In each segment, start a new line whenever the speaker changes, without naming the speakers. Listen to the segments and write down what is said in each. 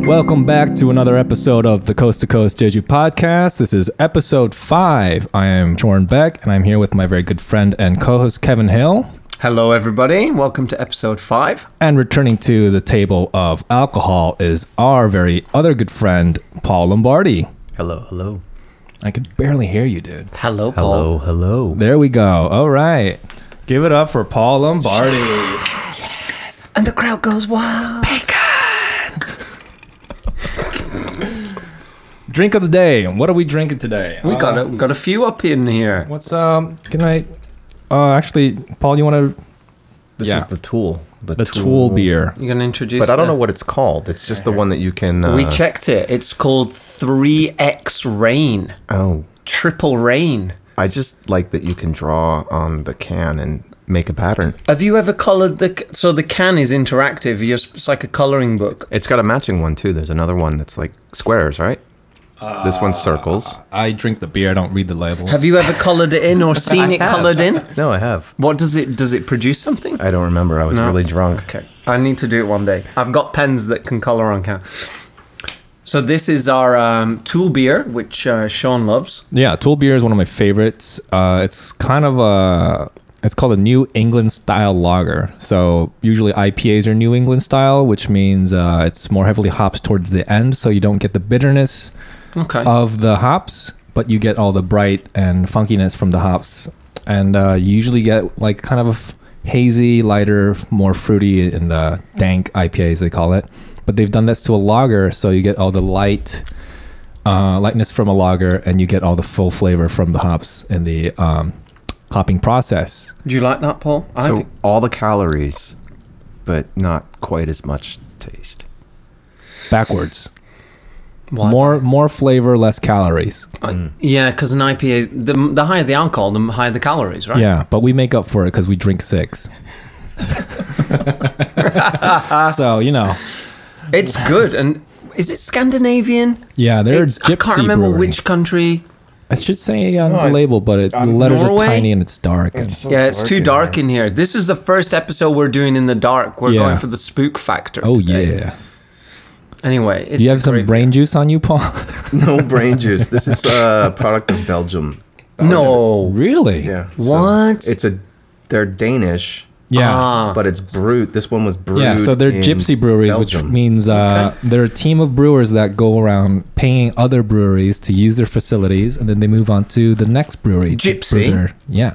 Welcome back to another episode of the Coast to Coast Jeju podcast. This is episode five. I am Jorn Beck, and I'm here with my very good friend and co host Kevin Hill.
Hello, everybody. Welcome to episode five.
And returning to the table of alcohol is our very other good friend, Paul Lombardi.
Hello, hello.
I could barely hear you, dude.
Hello, Paul.
Hello, hello.
There we go. All right. Give it up for Paul Lombardi.
And the crowd goes wild.
Drink of the day. What are we drinking today?
We got a, we got a few up in here.
What's, um, can I, uh, actually, Paul, you want to,
This
Yeah.
is the tool.
the Tool beer.
You gonna introduce?
But I don't
the-
know what it's called. It's just the one that you can. Uh,
we checked it. It's called Three X Rain.
Oh,
Triple Rain.
I just like that you can draw on the can and make a pattern.
Have you ever colored the? c- So the can is interactive. You're, it's like a coloring book.
It's got a matching one too. There's another one that's like squares, right? this one's circles.
I drink the beer. I don't read the labels.
Have you ever colored it in or seen it colored in?
No, I have.
What does it? Does it produce something?
I don't remember. I was
No.
really drunk.
Okay. I need to do it one day. I've got pens that can color on can. So this is our um, tool beer, which uh, Sean loves.
Yeah, Tool beer is one of my favorites. Uh, it's kind of a it's called a New England style lager. So usually IPAs are New England style, which means uh, it's more heavily hops towards the end, so you don't get the bitterness
Okay.
of the hops, but you get all the bright and funkiness from the hops, and uh, you usually get like kind of hazy, lighter, more fruity, and uh, dank IPAs they call it. But they've done this to a lager, so you get all the light uh, lightness from a lager, and you get all the full flavor from the hops in the um, hopping process.
do you like that, Paul? I
So
think.
all the calories, but not quite as much taste.
Backwards,
Why?
more more flavor, less calories.
I- yeah, because an IPA, the, the higher the alcohol, the higher the calories, right?
Yeah, but we make up for it because we drink six. so you know,
It's good. And is it Scandinavian?
yeah, they're
It's-
gypsy
I can't remember
brewery.
which country.
I should say on
No,
the
I-
label, but it, the
um,
letters
Norway?
are tiny and it's dark. And,
yeah, Oh, it's too dark in here. This is the first episode we're doing in the dark. We're
Yeah.
going for the spook factor.
oh
today.
yeah,
Anyway, it's
do you have
a
some
great-
brain juice on you, Paul?
No brain juice. This is a product of Belgium.
No.
really?
Yeah.
What?
It's a. They're Danish,
Yeah.
Ah.
but it's brewed. This one was brewed.
Yeah, so they're
in
gypsy breweries, which
Belgium.
means uh, they're a team of brewers that go around paying other breweries to use their facilities, and then they move on to the next brewery. to
Gypsy? Hmm.
brew their- yeah,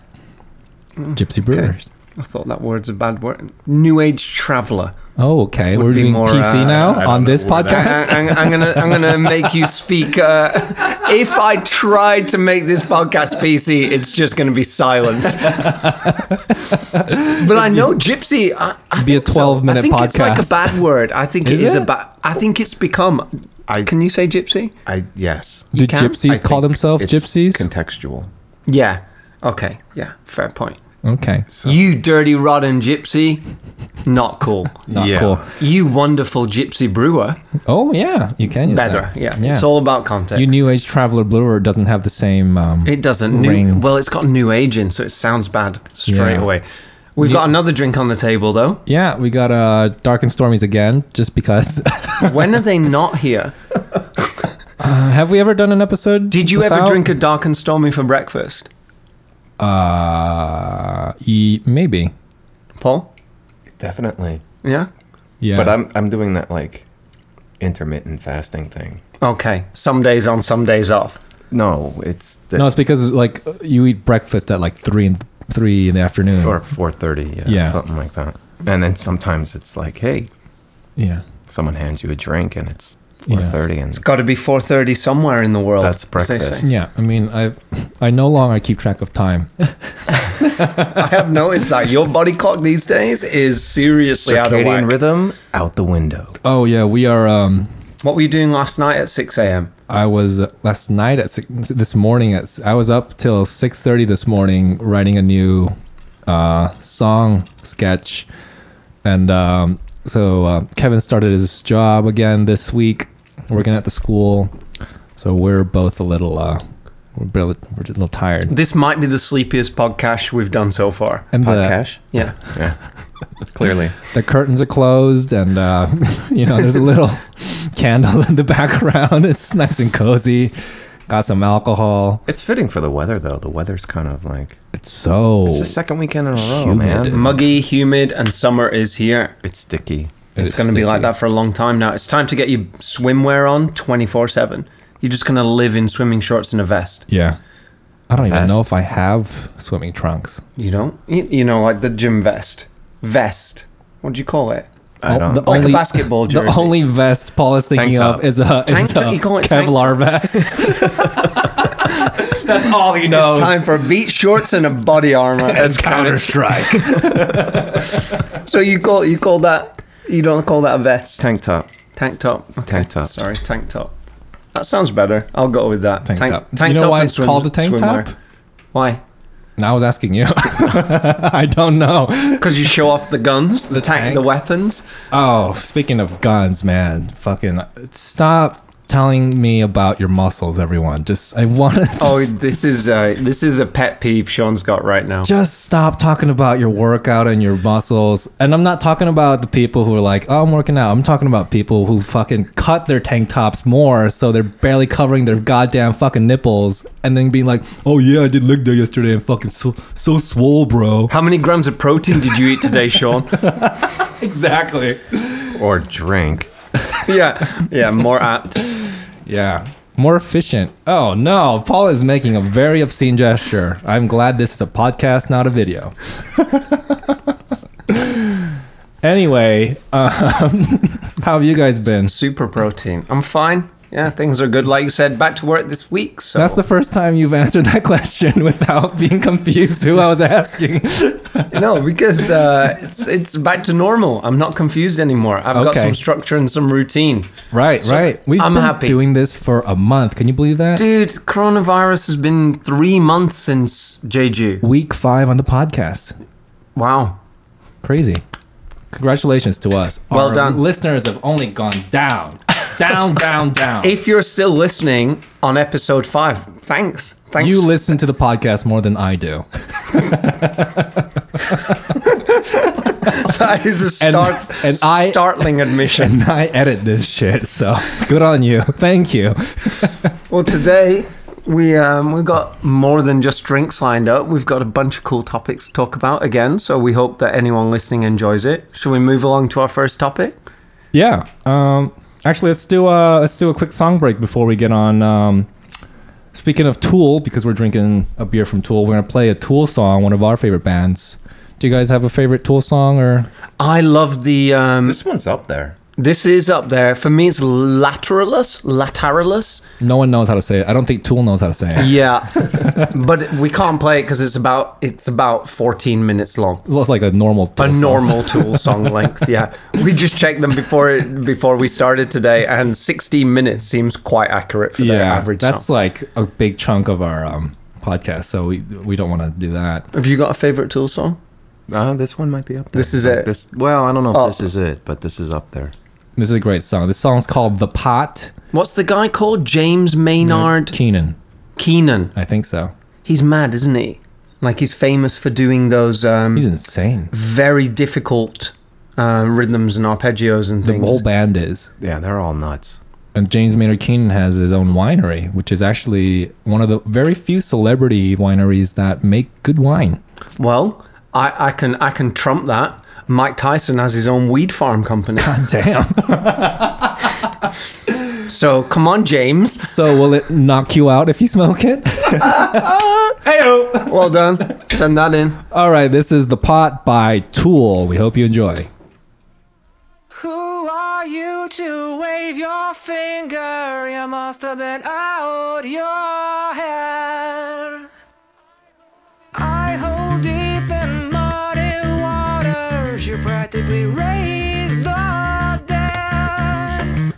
gypsy brewers.
I thought that word's a bad word. New age traveler.
Oh, okay.
Would
We're
be
doing
more,
PC
uh,
now
I don't
on
know
this
what that-
podcast.
I, am gonna, I'm gonna make you speak. Uh, if I tried to make this podcast PC, it's just gonna be silence. but I know gypsy. I, I
Be a
think so.
12-minute
I think It's like a
podcast.
bad word. I think
Is
it is
it?
a bad. I think it's become.
I-
can you say gypsy?
I yes.
Do
can?
gypsies
I
call
think
themselves
it's
gypsies?
Contextual.
Yeah. Okay. Yeah. Fair point.
okay.
You dirty rotten gypsy. Not cool.
Not
Yeah.
Ah, cool.
You wonderful gypsy brewer.
Oh yeah, you can use
Better.
that.
Yeah. It's all about context.
Your new age traveler brewer doesn't have the same. Um,
It doesn't. New,
Ring.
well, it's got new age in, so it sounds bad straight
Yeah.
away. We've got another drink on the table, though.
yeah, we got uh, dark and stormies again, just because. Uh,
When are they not here?
have we ever done an episode?
Did you ever
without-
drink a dark and stormy for breakfast,
Uh, e- maybe.
Paul?
Definitely.
Yeah.
Yeah.
But I'm I'm doing that like intermittent fasting thing.
Okay. Some days on, some days off.
No, it's the,
no, it's because like you eat breakfast at like three and three in the afternoon.
or four thirty. Yeah,
Yeah.
something like that. And then sometimes it's like, hey,
Yeah.
someone hands you a drink and it's
Yeah.
four thirty, and
Got to be four thirty somewhere in the world.
That's
as they
breakfast.
say.
Yeah. I mean, I, I no longer keep track of time.
I have noticed that your body clock these days is seriously out of
circadian
whack.
rhythm out the window.
Oh yeah, we are. Um,
What were you doing last night at six a.m.?
I was uh, last night at six, this morning at s- I was up till six thirty this morning writing a new uh, song sketch, and um, so uh, Kevin started his job again this week, working at the school. So we're both a little uh, we're, bit- we're just a little tired.
This might be the sleepiest podcast we've done so far.
And the
Podcast.
Yeah.
Yeah. Clearly.
the curtains are closed and uh, you know there's a little candle in the background it's nice and cozy got some alcohol
It's fitting for the weather, though. The weather's kind of like.
it's so
It's the second weekend in a row,
Oh, Humid.
man.
Muggy, humid, and summer is here.
It's sticky.
It's,
it's
going to be like
sticky.
that for a long time now. It's time to get your swimwear on 24 7. You're just going to live in swimming shorts and a vest.
yeah i don't even
Fast.
know if i have swimming trunks
You know? You, you know, like the gym vest. Vest. What do you call it?
I
Oh,
don't.
Like a basketball
the
jersey.
only vest paul is thinking
Tank
of
top.
is a,
Tank
is
top-
a
you call it tank
kevlar vest that's all he knows
It's time for beach shorts and a body armor.
that's counter strike
so you call you call that you don't call that a vest?
tank top.
Tank top. Okay.
Tank top.
Sorry, tank top. That sounds better. I'll go with that.
Tank top.
Tank
You know
top
why
and
it's
swim-
called a tank
swimwear.
top?
Why?
and i was asking you i don't know
Because you show off the guns, the, tank, the
tanks.
weapons.
Oh, speaking of guns, man, fucking stop telling me about your muscles, everyone. Just I want to
Oh,
just,
this is a this is a pet peeve Sean's got right now.
just stop talking about your workout and your muscles. And I'm not talking about the people who are like, "Oh, I'm working out." I'm talking about people who fucking cut their tank tops more so they're barely covering their goddamn fucking nipples and then being like, "Oh yeah, I did leg day yesterday and fucking so so swole, bro."
How many grams of protein did you eat today, Sean?
Exactly.
Or drink.
yeah, yeah, more apt.
Yeah. More efficient. Oh no, Paul is making a very obscene gesture. I'm glad this is a podcast, not a video. anyway, um, how have you guys been?
Super protein. I'm fine. Yeah, things are good. Like you said, back to work this week. So
That's the first time you've answered that question without being confused who I was asking.
no, because uh, it's it's back to normal. I'm not confused anymore. I've got
Okay.
some structure and some routine.
right,
So,
right. We've
I'm
been
happy.
doing this for a month. Can you believe that?
Dude, coronavirus has been three months since Jeju.
Week five on the podcast.
Wow.
Crazy. Congratulations to us.
Well
Our
done.
Listeners have only gone down, down, down, down.
If you're still listening on episode five, thanks. Thanks.
You listen to the podcast more than I do.
that is a
And-
start,
and I-
startling admission.
And I edit this shit, so good on you. Thank you.
Well, today we um, we've got more than just drinks lined up. We've got a bunch of cool topics to talk about again. So we hope that anyone listening enjoys it. Shall we move along to our first topic?
Yeah. Um actually let's do a let's do a quick song break before we get on um speaking of Tool because we're drinking a beer from Tool, we're going to play a Tool song, one of our favorite bands. Do you guys have a favorite Tool song or
I love the. Um,
This one's up there.
this is up there for me. It's lateralus, lateralus.
no one knows how to say it. I don't think Tool knows how to say it.
Yeah, but we can't play it because it's about it's about fourteen minutes long.
It looks like a normal Tool
a
song.
normal tool song length yeah we just checked them before it, before we started today and 16 minutes seems quite accurate for their
yeah,
average
that's
song
like a big chunk of our um podcast, so we we don't want to do that.
have you got a favorite tool song
Uh, this one might be up there.
This is
Like
it.
This, well, I don't know if
Up.
this is it, but this is up there.
This is a great song. This song's called "The Pot."
what's the guy called james maynard
Keenan,
keenan
I think so.
he's mad isn't he like he's famous for doing those um,
He's insane.
very difficult uh, rhythms and arpeggios and
The
things
whole band is.
Yeah, they're all nuts.
And James Maynard Keenan has his own winery, which is actually one of the very few celebrity wineries that make good wine.
well I, I can i can trump that mike tyson has his own weed farm company
Damn.
so come on james
so will it knock you out if you smoke it?
well done send that in
All right, this is The Pot by Tool. We hope you enjoy.
Who are you to wave your finger? You must have been out your head. I hold deep in muddy waters. You practically raised the dead.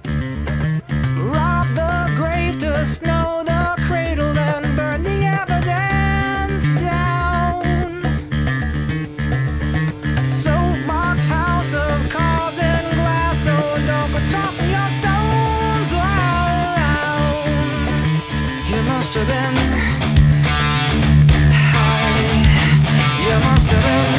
Rob the grave to snow the cradle and burn the evidence down. So much house of cards and glass, so don't go tossing your stones around. You must have been high. You must have been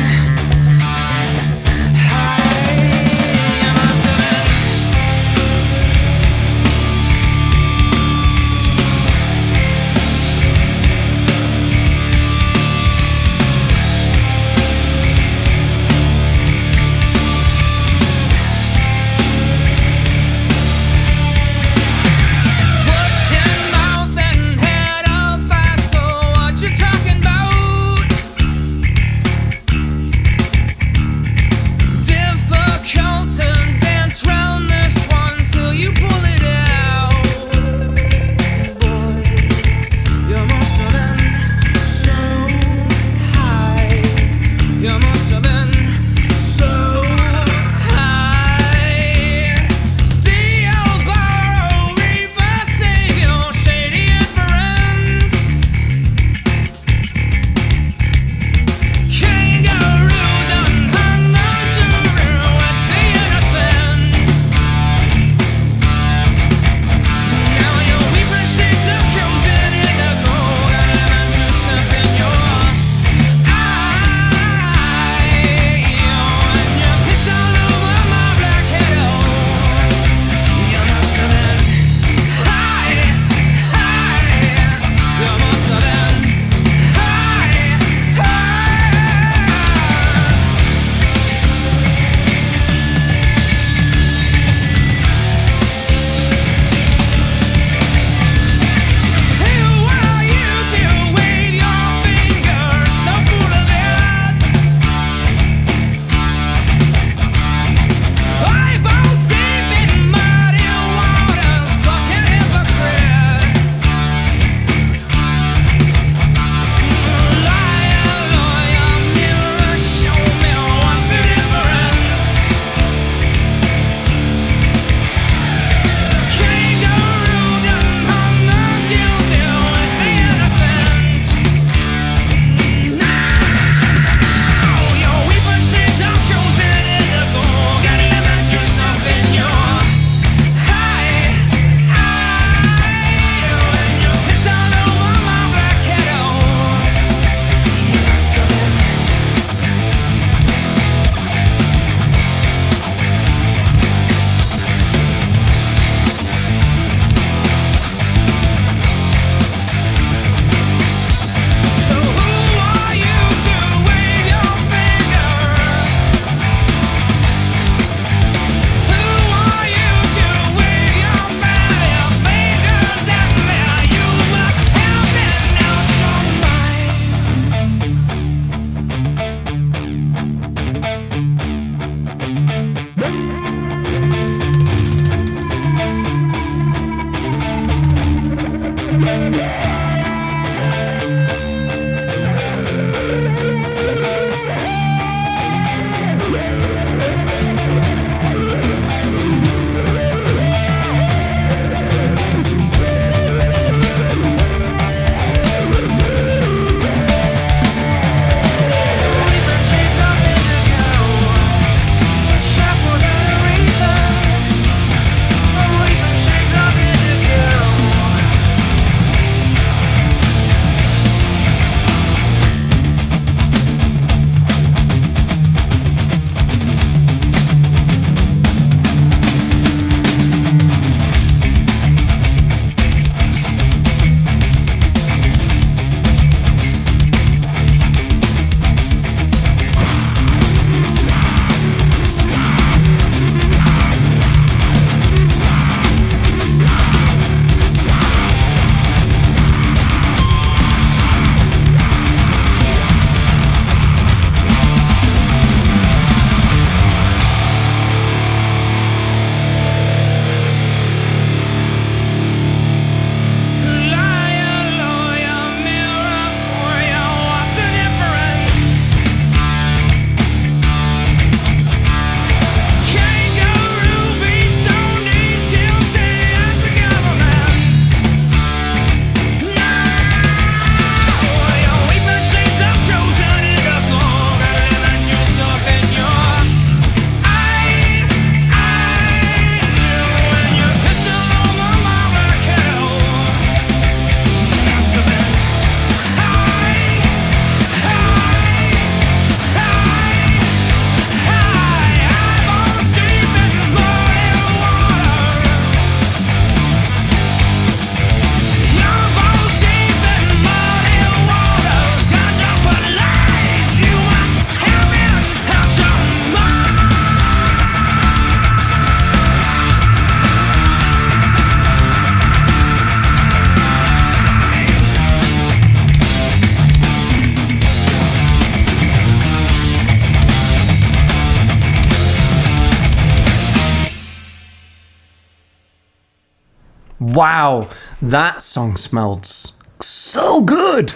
wow, that song smells so good.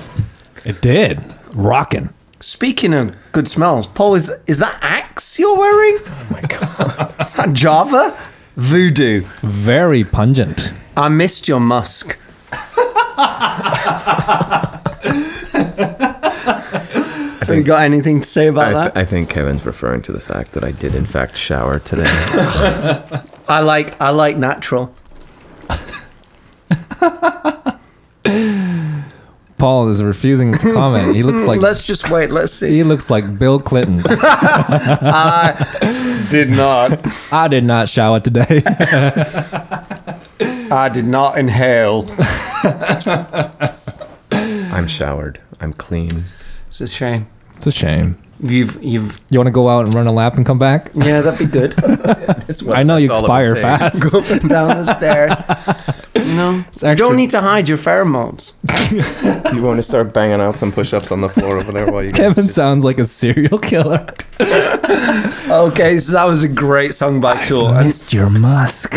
It did. Rockin'.
Speaking of good smells, Paul, is is that axe you're wearing? Oh my god. is that Java? Voodoo.
Very pungent.
I missed your musk. Have you got anything to say about
I,
that?
I think Kevin's referring to the fact that I did in fact shower today.
I like I like natural.
Paul is refusing to comment. He looks like
Let's just wait. Let's see.
he looks like Bill Clinton.
Did not.
I did not shower today.
I did not inhale.
I'm showered. I'm clean.
It's a shame.
it's a shame.
You've you've
You want to go out and run a lap and come back?
yeah. That'd be good.
I know you
that's all it
expire
would take.
fast.
Go up and down the stairs. No, you
extra.
don't need to hide your pheromones.
You want to start banging out some push-ups on the floor over there while you "Oh, guys
Kevin sounds like a serial killer.
Okay, so that was a great song by Tool. And
Missed your musk.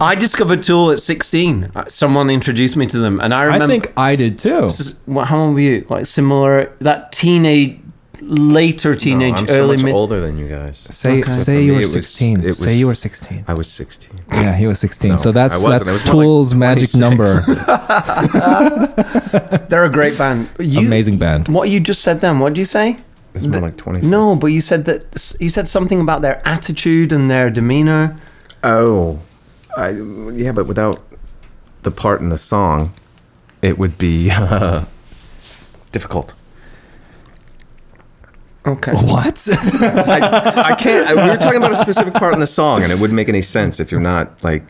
I discovered Tool at 16. Uh, Someone introduced me to them, and I remember.
I think I did too.
this is- well, how old were you? Like similar that teenage, later
No,
teenage,
I'm so
early
much
mid.
older than you guys.
Say
Okay.
say
For
you
me,
were
it was-
sixteen.
it was-
say you were sixteen.
I was 16.
Yeah, he was sixteen.
No,
so
I
that's
wasn't.
that's
I was more like
Tool's magic
26.
number.
They're a great band. You,
Amazing band.
What you just said then? What did you say?
It's more like 20.
No, but you said that you said something about their attitude and their demeanor.
Oh, I, yeah, but without the part in the song, it would be uh, difficult.
Okay.
Oh, What?
I, I can't. I, we were talking about a specific part in the song, and it wouldn't make any sense if you're not like.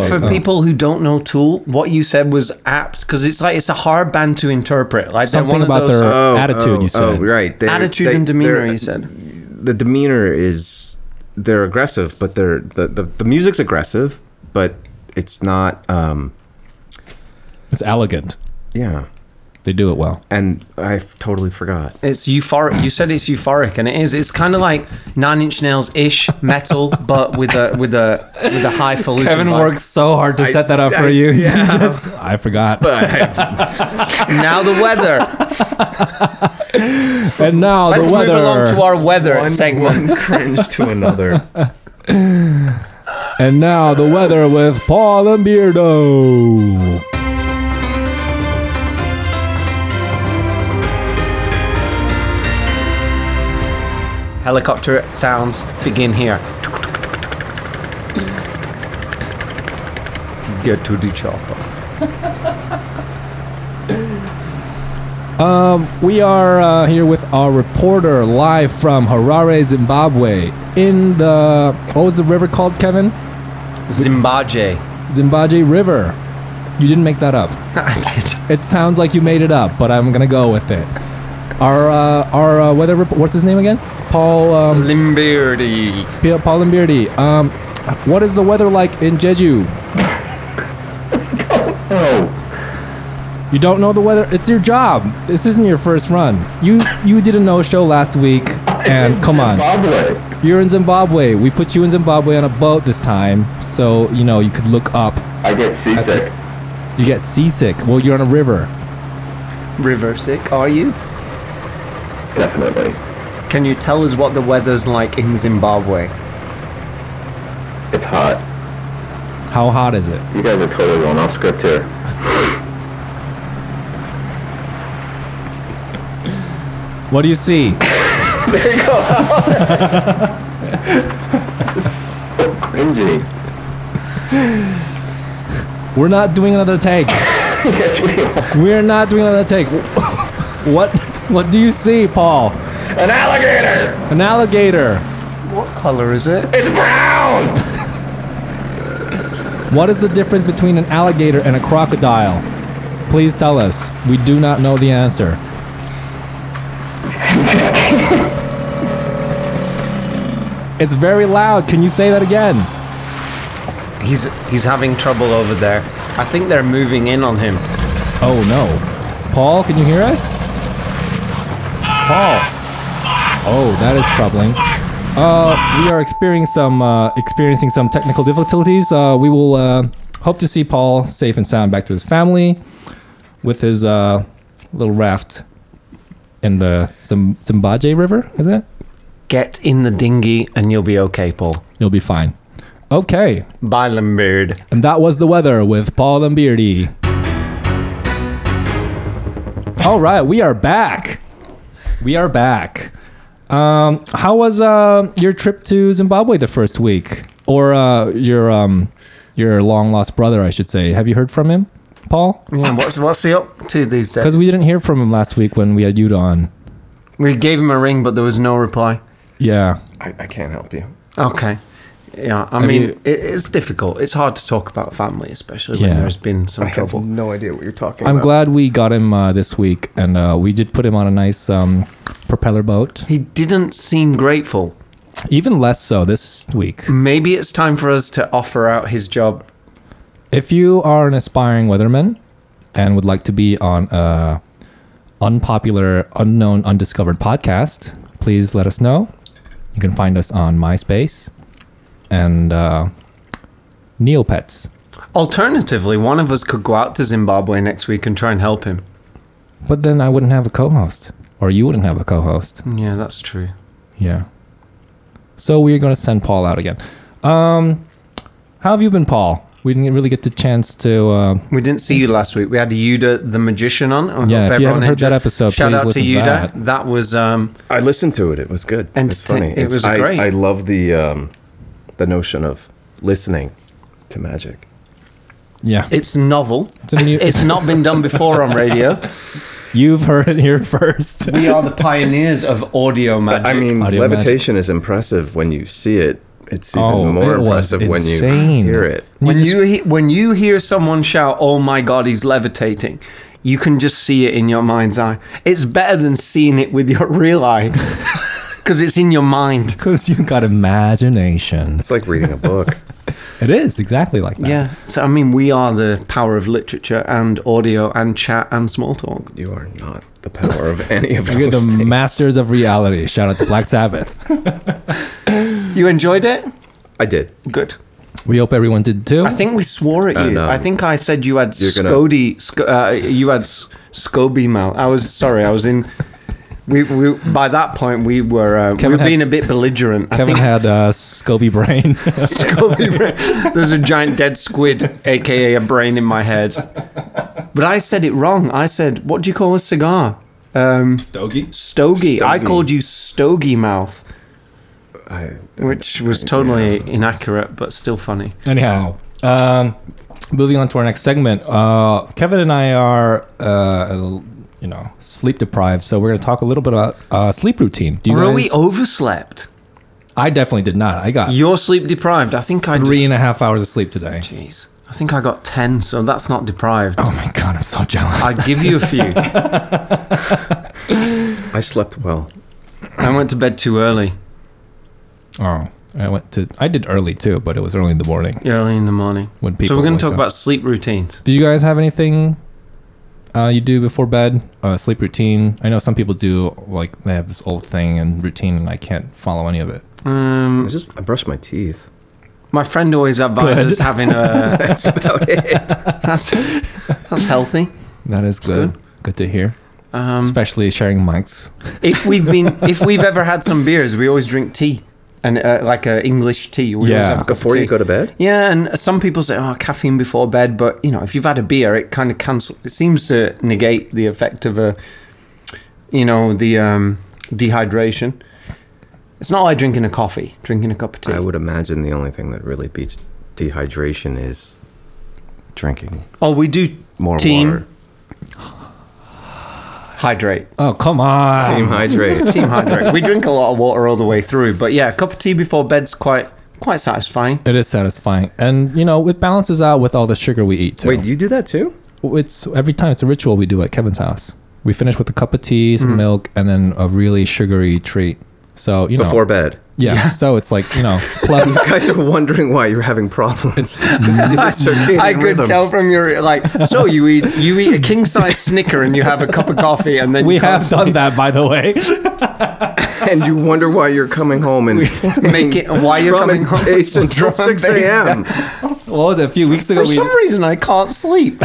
Oh,
but for
oh.
people who don't know Tool, what you said was apt because it's like it's a hard band to interpret. Like they're one
Something
of
about
those
their attitude.
oh,
you said.
Oh, right. They're-
attitude
they-
and demeanor.
they're-
You said.
The demeanor is they're aggressive, but they're the the, the music's aggressive, but it's not. um
It's elegant.
Yeah,
They do it well.
and I f- totally forgot.
It's euphoric. You said it's euphoric, and it is. It's kind of like Nine Inch Nails ish metal, but with a with a with a highfalutin.
Kevin
vibe.
worked so hard to set that up for you. Yeah. I forgot.
Now the weather.
and now
Let's
the weather.
move along to our weather
One-
segment.
one cringe to another.
and now the weather with Paul and Beardo.
Helicopter sounds begin here. Get to the chopper.
We are uh, here with our reporter live from Harare, Zimbabwe. In the what was the river called, Kevin?
Zimbabwe.
Zimbabwe River. You didn't make that up. It sounds like you made it up, but I'm gonna go with it. Our uh, our uh, weather report. What's his name again? Paul um,
Limbeardy.
P- Paul Lamberti. Um, what is the weather like in Jeju? You don't know the weather. It's your job. This isn't your first run. You you did a no show last week, and come on.
Zimbabwe.
You're in Zimbabwe. We put you in Zimbabwe on a boat this time, so you know you could look up.
I get seasick.
You get seasick. Well, you're on a river.
River sick, are you?
Definitely.
Can you tell us what the weather's like in Zimbabwe?
It's hot.
How hot is it?
You guys are totally going off script here.
What do you see?
Cringy.
We're not doing another take.
yes, we are.
We're not doing another take. What what do you see, Paul?
An alligator!
An alligator.
What color is it?
It's brown!
What is the difference between an alligator and a crocodile? Please tell us. We do not know the answer. It's very loud. Can you say that again?
He's he's having trouble over there. I think they're moving in on him.
Oh no. Paul, can you hear us? Paul. Oh, that is troubling. Uh, we are experiencing some uh, experiencing some technical difficulties. Uh, we will uh, Hope to see Paul safe and sound back to his family with his uh, little raft in the Zim- Zimbabwe River, is it?
Get in the dinghy and you'll be okay, Paul.
You'll be fine. Okay.
Bye, Lambird.
And that was the weather with Paul and Beardy. All right, we are back. We are back. Um, how was uh, your trip to Zimbabwe the first week, or uh, your um, your long lost brother, I should say? Have you heard from him, Paul?
Yeah, what's what's he up to these days?
Because we didn't hear from him last week when we had you on.
We gave him a ring, but there was no reply.
Yeah,
I, I can't help you.
Okay. Yeah, I
Have
mean,
you-
it, it's difficult. It's hard to talk about family, especially
Yeah.
when there's been some trouble.
no idea what you're talking
I'm glad we got him uh, this week, and uh, we did put him on a nice um, propeller boat.
He didn't seem grateful.
Even less so this week.
Maybe it's time for us to offer out his job.
If you are an aspiring weatherman and would like to be on a unpopular, unknown, undiscovered podcast, please let us know. You can find us on MySpace and uh, Neopets.
Alternatively, one of us could go out to Zimbabwe next week and try and help him.
But then I wouldn't have a co-host, or you wouldn't have a co-host.
Yeah, that's true.
Yeah. So we're going to send Paul out again. Um, how have you been, Paul? We didn't really get the chance to. Uh,
We didn't see you last week. We had Yuda the magician on. I hope
Yeah, if you
everyone
haven't heard that episode,
shout
please
out
listen
to
to
Yuda.
that.
was um,
I listened to it. It was good. it's
Entertain-
funny.
it
It's-
was
I,
great.
I love the um, the notion of listening to magic.
yeah,
it's novel. It's,
a new-
not been done before on radio.
you've heard it here first.
we are the pioneers of audio magic.
I mean,
Audio
levitation is impressive when you see it. It's even
Oh,
more
it was
impressive when you
insane.
hear it.
when
just-
you he- when you hear someone shout, "Oh my God, he's levitating," you can just see it in your mind's eye. It's better than seeing it with your real eye because it's in your mind.
Because you got imagination.
It's like reading a book.
It is exactly like that.
Yeah. So I mean, we are the power of literature and audio and chat and small talk.
you are not the power of any of
We're the
those things.
masters of reality. Shout out to Black Sabbath.
You enjoyed it?
I did.
Good.
We hope everyone did too.
I think we swore at you.
And, um,
I think I said you had
you're gonna-
Scody. Sc- uh, you had s- Scoby mouth. I was sorry. I was in. We, we by that point we were uh, we
Kevin
were
had
being a
s-
bit belligerent.
Kevin had uh, Scobie brain.
Scobie brain. There's a giant dead squid, aka a brain, in my head. But I said it wrong. I said, "What do you call a cigar?" Um,
Stogie?
stogie. I
Stogie.
called you stogie mouth,
I,
which was totally inaccurate, but still funny.
Anyhow, um, moving on to our next segment. Uh, Kevin and I are, uh, you know, sleep deprived, so we're going to talk a little bit about uh, sleep routine. Do you
Or are
guys-
we overslept?
I definitely did not. I got
You're sleep deprived. I think I
three
just-
and a half hours of sleep today.
Jeez. I think I got 10, so that's not deprived.
Oh my god, I'm so jealous.
I give you a few.
I slept well.
I went to bed too early,
oh, I went to. I did early too, but it was early in the morning.
early in the morning.
When
So
people
we're going
wake
to talk
up.
about sleep routines.
Did you guys have anything uh, you do before bed? Uh, sleep routine? I know some people do, like, they have this old thing and routine, and I can't follow any of it.
I
Um,
just I brushed my teeth.
my friend always advises having a.
That's about it.
That's, that's healthy.
That is good. Good, to hear.
Um,
Especially sharing mics.
if we've been, if we've ever had some beers, we always drink tea, and uh, like a English tea. We always
Yeah.
have a cup of
Before you
tea.
go to bed?
Yeah, and some people say, "Oh, caffeine before bed," but you know, if you've had a beer, it kind of cancel. It seems to negate the effect of a, you know, the um, dehydration. It's not like drinking a coffee, drinking a cup of tea.
I would imagine the only thing that really beats dehydration is
Drinking
oh, we do
more
Team.
water.
hydrate.
Oh, come on.
Team hydrate.
Um, Team hydrate. We drink a lot of water all the way through, but yeah, a cup of tea before bed's quite quite satisfying.
It is satisfying. And, you know, it balances out with all the sugar we eat. Too.
Wait, you do that too?
It's every time it's a ritual we do at Kevin's house. We finish with a cup of tea, some milk, and then a really sugary treat. So, you know.
Before bed.
yeah, So it's like, you know, plus.
You guys are wondering why you're having problems. I
I could tell from your like. So you eat you eat a king size snicker and you have a cup of coffee and then
we
you can't
have done that, by the way.
and you wonder why you're coming home and
make it why you're
drum
coming
and
home
bass until
Drum and
six
bass.
a.m.
What was it? A few weeks ago.
For some reason, I can't sleep.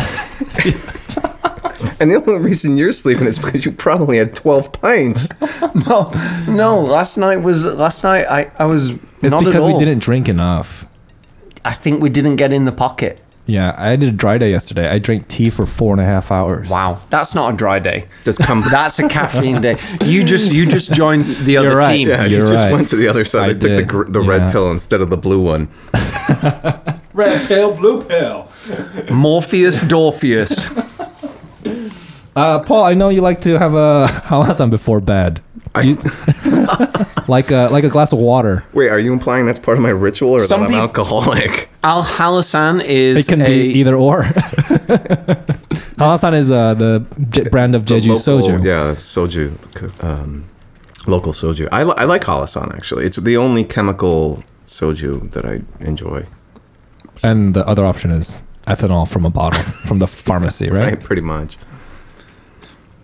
And the only reason you're sleeping is because you probably had 12 pints.
no, no. Last night was last night. I I was.
it's
not at
because we
all.
didn't drink enough.
I think we didn't get in the pocket.
Yeah, I did a dry day yesterday. I drank tea for four and a half hours.
Wow, that's not a dry day.
Just come.
That's a caffeine day. You just you just joined the other
You're right.
team.
Yeah, you
You're
just
right.
went to the other side.
I
they took the,
did.
gr- the
Yeah.
red pill instead of the blue one.
Red pill, blue pill.
Morpheus Dorpheus.
Uh, Paul, I know you like to have a halasan before bed. You- like a like a glass of water.
Wait, are you implying that's part of my ritual or
Some
that I'm
peop-
alcoholic?
Al Halasan is
It can
a,
be either or. halasan is uh, the j- brand of
The
Jeju
local-
soju.
Yeah, soju. Um, local soju. I, li- I like halasan, actually. It's the only chemical soju that I enjoy.
And the other option is ethanol from a bottle from the pharmacy, right?
Right? Pretty much.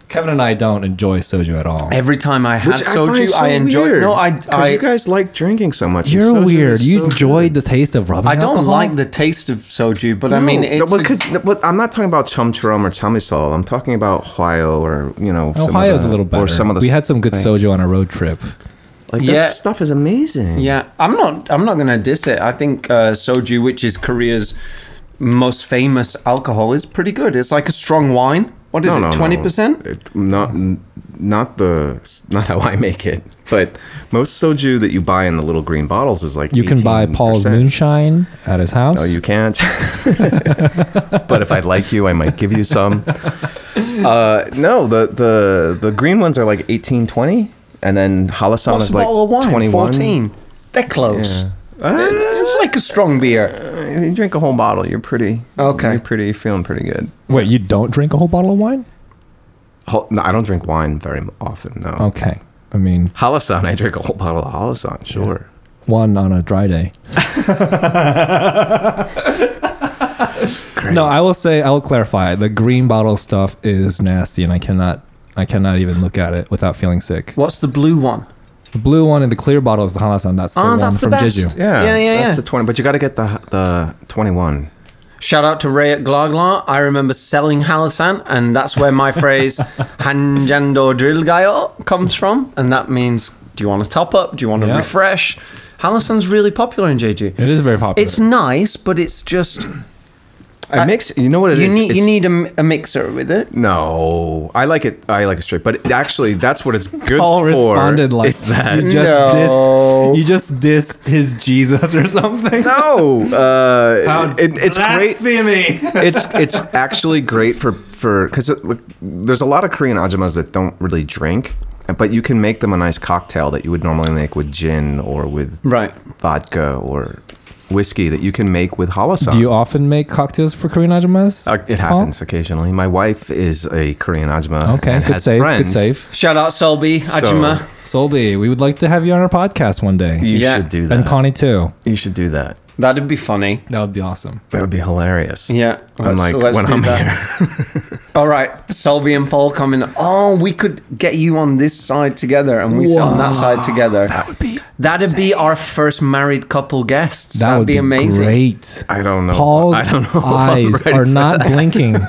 Kevin and I don't enjoy soju at all.
Every time I had
Which I
soju, I,
find so
enjoy.
weird,
No, I
'cause
I,
you guys like drinking so much. and
You're
soju
weird.
is
You
so
enjoy
good.
the taste of rubbing
I don't
alcohol?
like the taste of soju, but I
No,
mean,
no,
it's
well, 'cause- but I'm not talking about chum chum or chamisol. I'm talking about Huayo or you know some of
Ohio's a
the-
little better.
Or some of the
we had some good
thing.
soju on a road trip.
Like
Yeah.
that stuff is amazing.
Yeah, I'm not. I'm not gonna diss it. I think uh, soju, which is Korea's most famous alcohol, is pretty good. It's like a strong wine. What is
No, no,
it?
no.
Twenty percent.
It- Not n- not the not how I make it, but most soju that you buy in the little green bottles is like
You can buy
18%.
Paul's moonshine at his house.
No, you can't. but if I like you, I might give you some. Uh, no, the, the the green ones are like 18, 20, and then Halasan
What's
is
a
like
bottle of wine?
21.
Fourteen. They're close.
Uh,
It's like a strong beer.
you drink a whole bottle, you're pretty.
Okay.
You're pretty you're feeling pretty good.
Wait, you don't drink a whole bottle of wine?
Ho- No, I don't drink wine very often, no.
Okay. I mean,
Halasan, I drink a whole bottle of Halasan, sure.
one on a dry day.
Great.
No, I will say I will clarify. The green bottle stuff is nasty, and I cannot I cannot even look at it without feeling sick.
What's the blue one?
The blue one and the clear bottle is the halasan. That's the
Ah,
one
that's the
from
best.
Jeju.
Yeah,
Yeah, yeah,
that's
yeah.
the twenty. But you got to get the the twenty-one.
Shout out to Ray at Glagla. I remember selling Halasan, and that's where my phrase Hanjando Drillgayo comes from. And that means do you want to top up? Do you want to
Yeah.
refresh? Halasan's really popular in JG.
It is very popular.
It's nice, but it's just
I mix. You know what it is?
you need you
It's-
need a, mi- a mixer with it.
No, I like it. I like it straight. But it actually, that's what it's good
Paul
for.
responded like
is that.
you just
No.
dissed you just dissed his Jesus or something.
no, uh, it, it's great.
blasphemy.
It's it's actually great for for because there's a lot of Korean ajumas that don't really drink, but you can make them a nice cocktail that you would normally make with gin or with
Right.
vodka or whiskey that you can make with halasan.
Do you often make cocktails for Korean ajumas?
Uh, it
Paul?
happens occasionally. My wife is a Korean ajma.
Okay,
and
good
has
save. Good
friends.
save.
Shout out Solby Ajima.
Solby, we would like to have you on our podcast one day.
You
Yeah.
should do that.
and Connie too.
you should do that.
That'd be funny.
That would be awesome.
That would be hilarious.
Yeah.
I'm like, when I'm
that. All right, Solby and Paul coming. Oh, we could get you on this side together, and we sit on that side together. That would be. That'd be our first married couple guests.
That
That'd
would
be, amazing.
Great.
I don't know.
Paul's
I don't know. if I'm
eyes
ready
are
for
not blinking.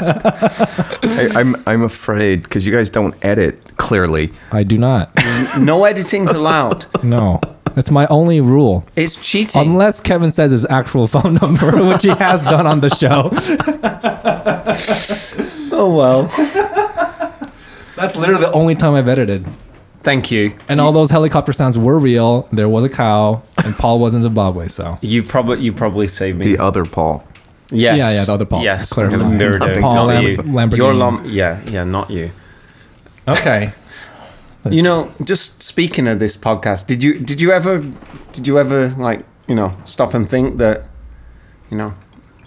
that. I, I'm I'm afraid because you guys don't edit clearly.
I do not.
No editing's allowed.
No, that's my only rule.
It's cheating.
Unless Kevin says his actual phone number, which he has done on the show.
oh well.
That's literally the only time I've edited.
Thank you.
And all those helicopter sounds were real. There was a cow, and Paul was in Zimbabwe. So
You probably you probably saved me.
The other Paul.
yes.
Yeah, yeah, the other Paul.
Yes.
Clarify.
Nerd,
Nothing
Paul
to
you.
Lam-
Your
Lamborghini.
lump. Yeah, yeah, not you.
okay,
You know, just speaking of this podcast, did you did you ever did you ever like you know stop and think that you know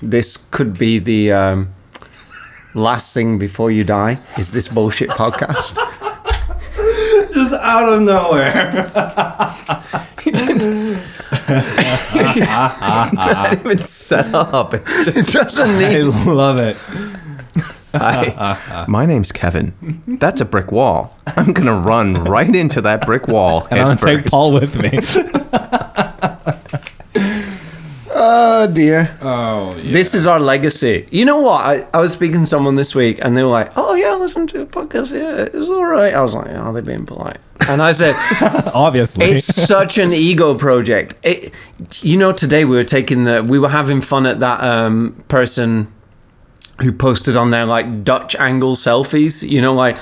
this could be the um, last thing before you die? Is this bullshit podcast?
just out of nowhere.
Not even set up. It's just
it doesn't
I
need.
love it.
I, my name's Kevin. That's a brick wall. I'm gonna run right into that brick wall.
And I'm
head
gonna take
first.
Paul with me.
Oh dear.
Oh, yeah.
This is our legacy. You know what? I, I was speaking to someone this week and they were like, oh, yeah, I listened to a podcast. Yeah, it was all right. I was like, oh, they're being polite. And I said,
obviously.
it's such an ego project. It, you know, today we were taking the, we were having fun at that um, person who posted on their like Dutch angle selfies, you know, like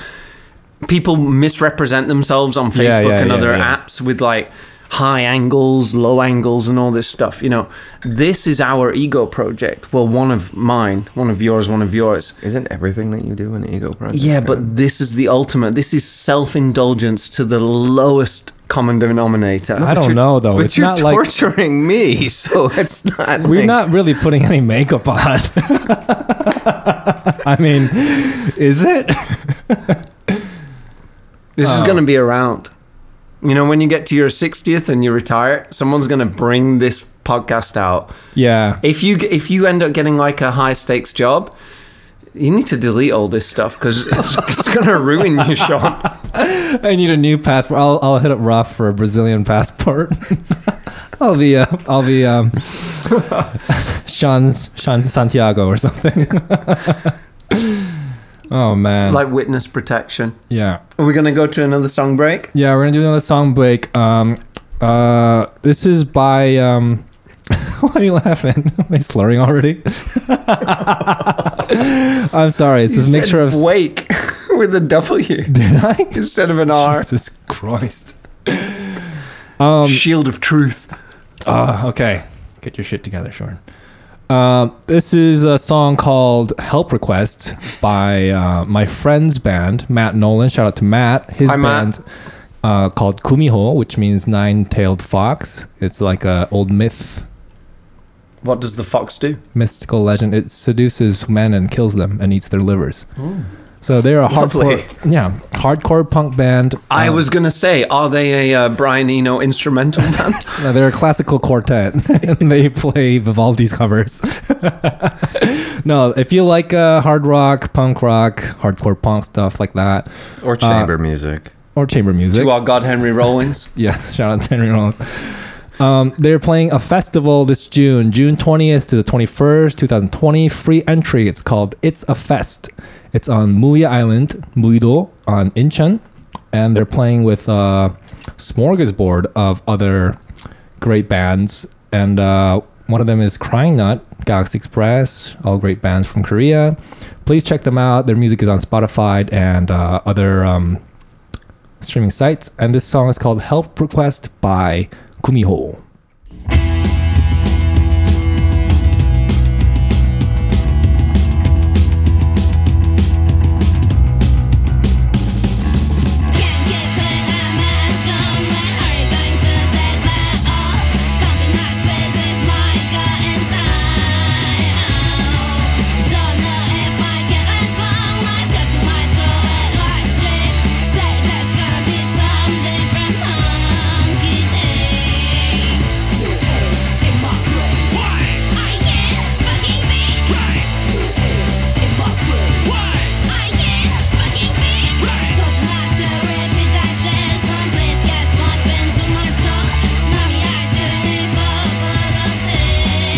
people misrepresent themselves on Facebook
Yeah, yeah,
and
yeah,
other
yeah.
apps with like high angles, low angles, and all this stuff. You know, this is our ego project. Well, one of mine, one of yours, one of yours.
Isn't everything that you do an ego project?
Yeah, but this is the ultimate. This is self indulgence to the lowest common denominator.
I don't know though.
but
it's
you're
not like
torturing me, so it's not.
we're
like-
not really putting any makeup on. I mean, is it?
This
Oh.
is going to be around. You know, when you get to your 60th and you retire, someone's going to bring this podcast out.
Yeah.
If you if you end up getting like a high stakes job, you need to delete all this stuff because it's, it's going to ruin you, Sean.
I need a new passport. I'll, I'll hit up Roth for a Brazilian passport. I'll be uh, I'll be um, Sean's Sean Santiago or something. oh man.
Like witness protection.
yeah.
Are we going to go to another song break?
Yeah, we're gonna do another song break. Um, uh, this is by. Um, why are you laughing? Am I slurring already? I'm sorry. It's
You
a
said
mixture of.
wake with a W
Did I?
instead of an R.
Jesus Christ. Um,
Shield of truth.
uh, okay. Get your shit together, Sean. Um, this is a song called "Help Request" by uh, my friend's band, Matt Nolan. Shout out to Matt. His
Hi, Matt.
band Uh, called Kumiho, which means nine-tailed fox. It's like a old myth,
What does the fox do?
mystical legend. It seduces men and kills them and eats their livers. So they're a
Lovely.
hardcore, yeah, hardcore punk band.
I
Um,
was going to say, are they a uh, Brian Eno instrumental band?
No, they're a classical quartet, and they play Vivaldi's covers. no, if you like uh, hard rock, punk rock, hardcore punk stuff like that,
Or
Uh,
chamber music.
or chamber music,
to our God Henry Rollins.
yeah, shout out to Henry Rollins. Um, they're playing a festival this June, June 20th to the 21st, 2020. Free entry. It's called It's a Fest. It's on Muya Island, Muido, on Incheon. And they're playing with a smorgasbord of other great bands. And uh, one of them is Crying Nut, Galaxy Express, all great bands from Korea. Please check them out. Their music is on Spotify and uh, other um, streaming sites, and this song is called Help Request by Kumiho.
Can't get put a mask on when are going to take that off? Something that squeezes my gut inside. Don't know if I can last long. Life gets in my throat like shit. Say there's gotta be something from monkey day. In my brain, why? I can't fucking think. Right. In my brain, why? I can't fucking think. Right. Don't have to repeat that shit. Some place gets bumped into my skull. Snobby eyes couldn't evoke little signals.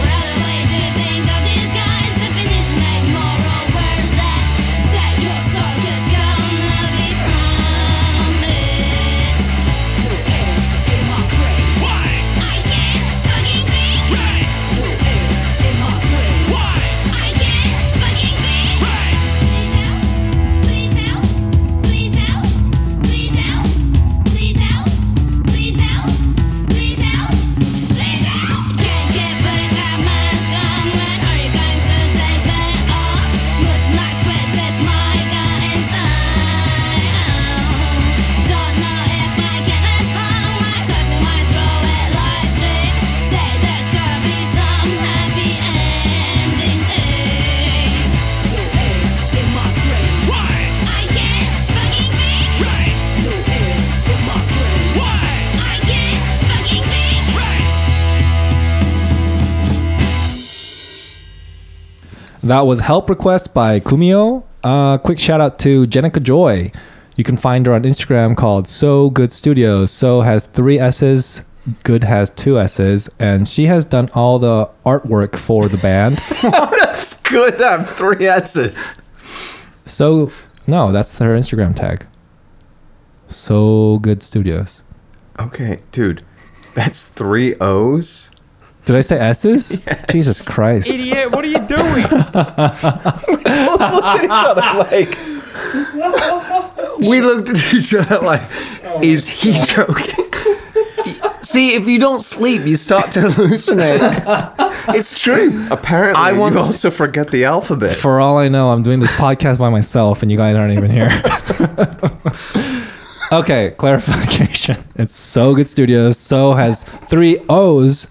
What other way do you think of these guys? Definition ain't moral. Where's that? Set your soul, 'cause gonna be promised. I can't fucking think. Right. In my brain. Why? I can't fucking think. Right. Please help. Please help. Please help. Please help. Please help. Please help. Please help. Can't get putting that mask on. When are you going to take that off? What's not spread is my gut inside. Don't know if I can last long. Life goes in my throat like shit. Say there's gotta be some happy ending day. In my brain, why I can't fucking think. Right. In my brain, why I can't fucking think. Right.
That was Help Request by Kumio. Uh, quick shout out to Jenica Joy. You can find her on Instagram called So Good Studios. So has three S's, Good has two S's, and she has done all the artwork for the band.
That's good. I have three S's.
So no, that's her Instagram tag. So good studios.
Okay, dude, that's three O's.
Did I say S's? Jesus Christ!
Idiot, what are you doing?
We looked at each other like,
Oh
is he joking? See, if you don't sleep, you start to hallucinate. it's true.
Apparently,
I
I want
once-
you also forget the alphabet.
For all I know, I'm doing this podcast by myself, and you guys aren't even here. okay, clarification. It's so good studios. So has three O's,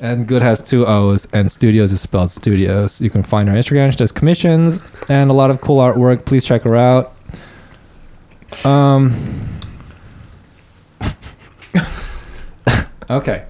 and good has two O's, and studios is spelled studios. You can find her on Instagram. She does commissions and a lot of cool artwork. Please check her out. Um. okay.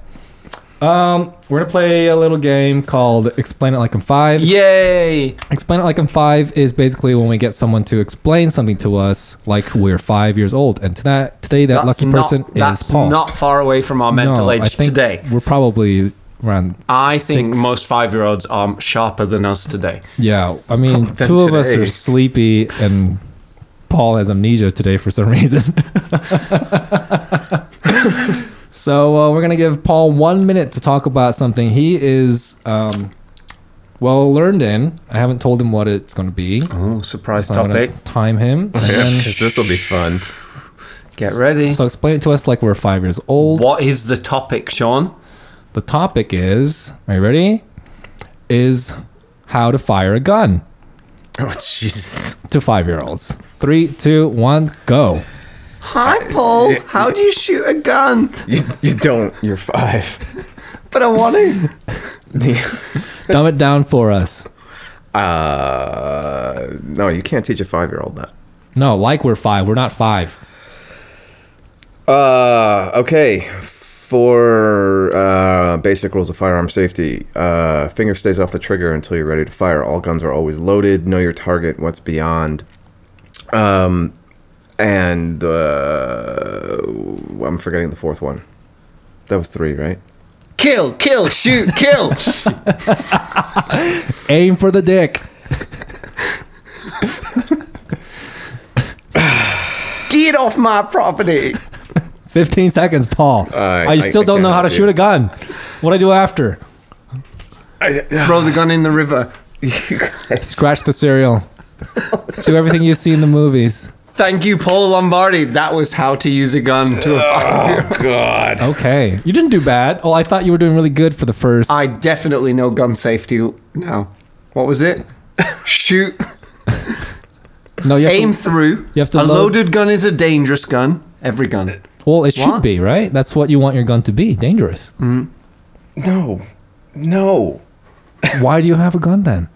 Um, we're gonna play a little game called "Explain It Like I'm Five.
Yay!
Explain it like I'm five is basically when we get someone to explain something to us like we're five years old. And to that today, that lucky person
not, that's
is Paul.
not far away from our mental
No,
age
I think
today.
We're probably around.
I think
six.
most five-year-olds are sharper than us today.
Yeah, I mean, two of us
today.
are sleepy, and Paul has amnesia today for some reason. so uh, we're gonna give Paul one minute to talk about something he is. Um, well, learned in. I haven't told him what it's going to be.
Oh, surprise
So I'm gonna
topic.
time him. and then-
this will be fun.
Get ready.
So explain it to us like we're five years old.
what is the topic, Sean?
The topic is, are you ready? Is how to fire a gun
Oh, jeez.
to five year olds. Three, two, one, go.
Hi, Paul. How do you shoot a gun?
You, you don't. You're five.
But I want to.
Dumb it down for us.
Uh, no, you can't teach a five-year-old that.
No, like we're five. We're not five.
Uh, okay. For uh, basic rules of firearm safety, uh, finger stays off the trigger until you're ready to fire. All guns are always loaded. Know your target. What's beyond. Um, and uh, I'm forgetting the fourth one. That was three, right?
Kill, kill, shoot, kill.
Aim for the dick.
Get off my property.
15 seconds, Paul.
I-
I
I-
still
I
don't know
can't
how to
help you.
shoot a gun. What do I do after?
Throw the gun in the river.
Scratch the cereal. do everything you see in the movies.
Thank you, Paul Lombardi. That was how to use a gun to a five-year-old.
God.
Okay. You didn't do bad. Oh, I thought you were doing really good for the first.
I definitely know gun safety now. What was it? shoot,
no, you have to-
aim through.
you have to
a
load-
loaded gun is a dangerous gun. Every gun.
Well, it should
Why?
be, right? That's what you want your gun to be dangerous.
No. No.
Why do you have a gun then?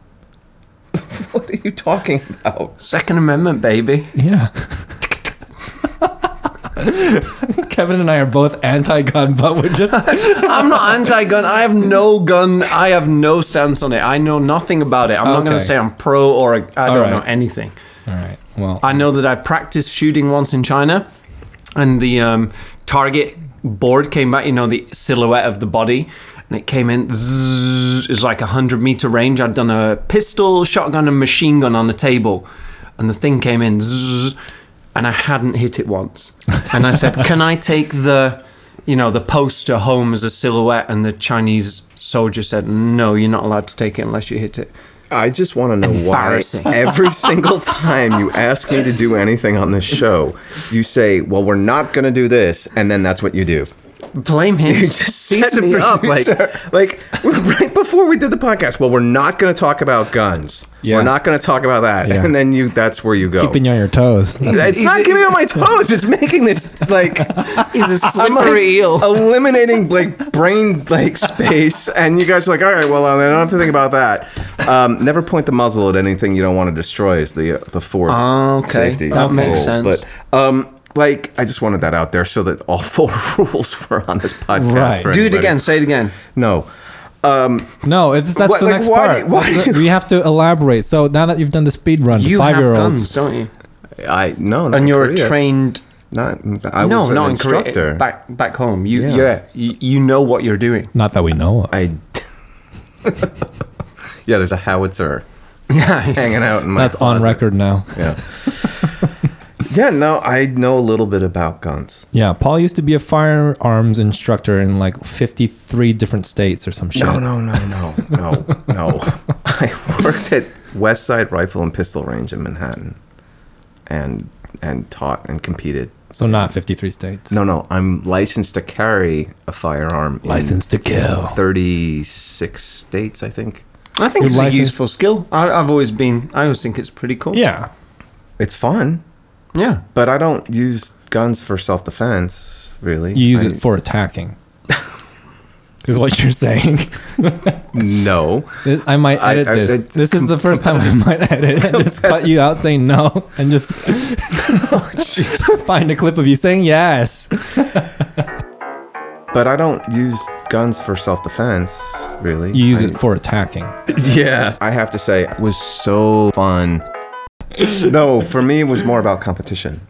What are you talking about?
Second Amendment, baby.
Yeah. Kevin and I are both anti gun, but we're just.
I'm not anti-gun. I have no gun. I have no stance on it. I know nothing about it. I'm not going to
Okay.
say I'm pro or ag- I
All
don't
right.
know anything.
All right. Well,
I know that I practiced shooting once in China, and the um, target board came back. You know the silhouette of the body, and it came in. Zzz, it was like a hundred meter range. I'd done a pistol, shotgun, and machine gun on the table, and the thing came in. Zzz, and I hadn't hit it once. And I said, "Can I take the, you know, the poster home as a silhouette?" And the Chinese soldier said, "No, you're not allowed to take it unless you hit it."
I just want to know why
Embarrassing.
every single time you ask me to do anything on this show, you say, "Well, we're not going to do this," and then that's what you do.
Blame him.
You just
He's
set
the
me up like,
producer.
like right before we did the podcast. Well, we're not going to talk about guns.
Yeah.
We're not going to talk about that.
Yeah.
And then you—that's where you go.
keeping you on your toes. That's-
it's not keeping me on my toes. It's making this like
He's a
I'm like
slippery eel.
eliminating like brain like space, and you guys are like, all right, well, I don't have to think about that. Um, never point the muzzle at anything you don't want to destroy. Is the the fourth
Oh, okay.
safety
That
rule.
makes sense.
But um, like, I just wanted that out there so that all four rules were on this podcast.
Right.
for
Do it
anybody.
again. Say it again.
No.
no, it's, that's
Why-
the
like,
next
why
part.
do- why
That's
do-
the- we have to elaborate. So now that you've done the speed run,
You
five
have
year
guns,
olds.
don't you?
I no. not
And you're a
Korea.
trained
Not I
no,
was an
not in Korea.
instructor.
Back back home, you
Yeah.
yeah, you, you know what you're doing.
Not that we know of.
I yeah, there's a howitzer
Yeah,
hanging out in my
That's on
closet.
record now.
Yeah. yeah, no, I know a little bit about guns.
Yeah, Paul used to be a firearms instructor in like 53 different states or some shit.
No, no, no, no, no, no. I worked at West Side Rifle and Pistol Range in Manhattan, and and taught and competed.
So not 53 states.
No, no, I'm licensed to carry a firearm. in
License to kill.
36 states, I think.
I think
Your
it's
license-
a useful skill. I, I've always been. I always think it's pretty cool.
Yeah.
It's fun,
yeah.
but I don't use guns for self defense, really.
You use
I-
it for attacking. is what you're saying.
No.
This- I might
I-
edit
I-
this.
it's
this is the first time I might edit and just cut you out saying no and just find a clip of you saying yes.
But I don't use guns for self defense, really.
You use
I-
it for attacking.
Yeah. I have to say, it was so fun. no, for me, it was more about competition.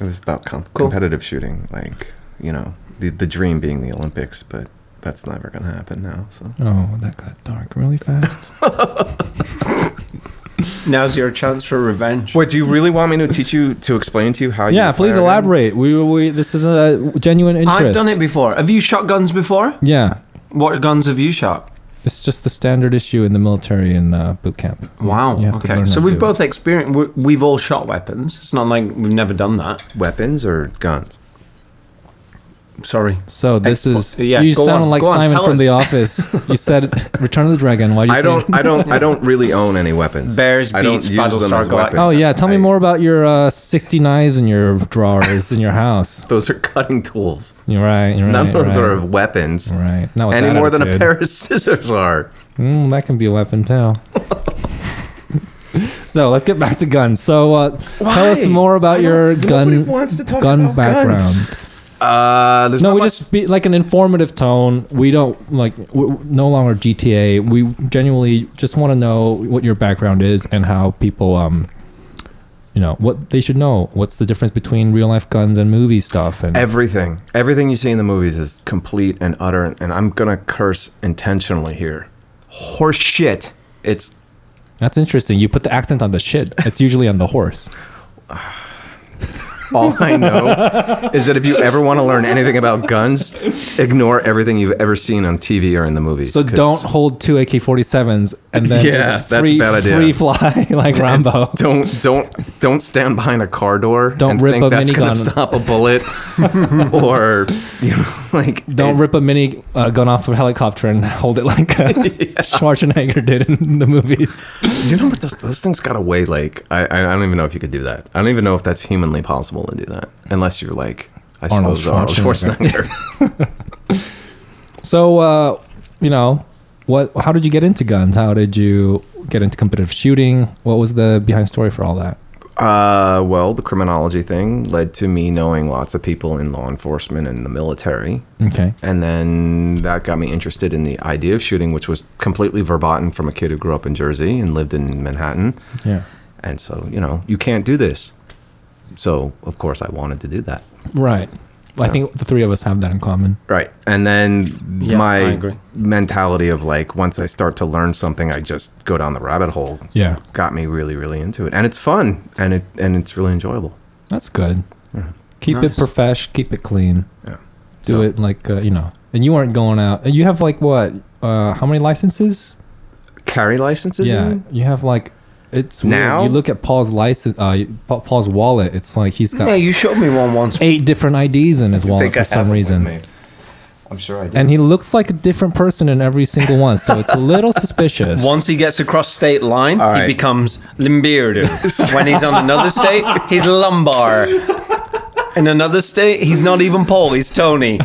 It was about com- competitive shooting. Like, you know, the, the dream being the Olympics, but that's never going to happen now. So
Oh, that got dark really fast.
Now's your chance for revenge.
Wait, do you really want me to teach you, to explain to you how you.
yeah, please
fire a gun?
elaborate. We, we this is a genuine interest.
I've done it before. Have you shot guns before?
Yeah.
What guns have you shot?
It's just the standard issue in the military in uh, boot camp.
Wow.
You have to
Okay.
learn
So
how to
we've
do
both experienced. we we've all shot weapons. It's not like we've never done that.
Weapons or guns?
Sorry.
So this
Expo-
is
yeah,
you
go
sound
on,
like
go on,
Simon
tell
from
us.
The Office. You said Return of the Dragon. Why do you
I
say-
don't, I don't, I don't really own any weapons.
Bears,
I don't
beats,
use them
Battlestar
as weapons.
Oh yeah, tell me
I-
more about your uh, sixty knives in your drawers in your house.
Those are cutting tools.
You're right. You're
None
right,
of those
right.
are weapons.
right. Not with
Any
Oh, that
more than a
attitude.
pair of scissors are.
Mm, that can be a weapon too. so let's get back to guns. So uh, tell us
Why?
more about your
Nobody
gun
wants to talk
gun
about
background.
guns. Uh, there's
No,
not
we
much-
just be like an informative tone. We don't like we're we're no longer GTA. We genuinely just want to know what your background is and how people um you know, what they should know. What's the difference between real life guns and movie stuff and
everything. Everything you see in the movies is complete and utter. And I'm gonna curse intentionally here. Horse shit. It's
That's interesting. You put the accent on the shit. It's usually on the horse.
all I know is that if you ever want to learn anything about guns, ignore everything you've ever seen on TV or in the movies.
So
'cause-
don't hold two AK-47s and then
Yeah,
just
that's a
free,
bad idea.
free fly like Rambo.
don't don't don't stand behind a car door.
Don't
and
rip
think
a
that's gonna
minigun.
stop a bullet, or you know, like
Don't
it-
rip a mini uh, gun off a helicopter and hold it like uh, Schwarzenegger did in the movies.
Do you know what those, those things gotta weigh like? I, I I don't even know if you could do that. I don't even know if that's humanly possible to do that, unless you're like I
Arnold
suppose uh, Arnold
Schwarzenegger.
Schwarzenegger.
So, uh, you know, what? How did you get into guns? How did you get into competitive shooting? What was the behind story for all that?
uh, well, the criminology thing led to me knowing lots of people in law enforcement and the military,
Okay.
and then that got me interested in the idea of shooting, which was completely verboten from a kid who grew up in Jersey and lived in Manhattan.
Yeah.
And so, you know, you can't do this. So, of course, I wanted to do that.
Right. I think the three of us have that in common.
Right. And then
Yeah, I
my
agree.
mentality of like, once I start to learn something, I just go down the rabbit hole.
Yeah.
Got me really, really into it. And it's fun and it and it's really enjoyable.
That's good. Keep
Nice.
it profesh. Keep it clean.
Yeah.
Do
So-
it like uh, you know. And you aren't going out. and You have like what? Uh, how many licenses?
Carry licenses? you
yeah.
mean?
You have like. It's weird.
Now?
you look at Paul's license. Uh, Pa- Paul's wallet. It's like he's got
Yeah, you showed me one once.
eight different IDs in his wallet for some reason.
I'm sure I did.
and he looks like a different person in every single one. So it's a little suspicious.
Once he gets across state line,
All right.
he becomes Limbeardo. when he's on another state, he's Lumbar. In another state, he's not even Paul, he's Tony.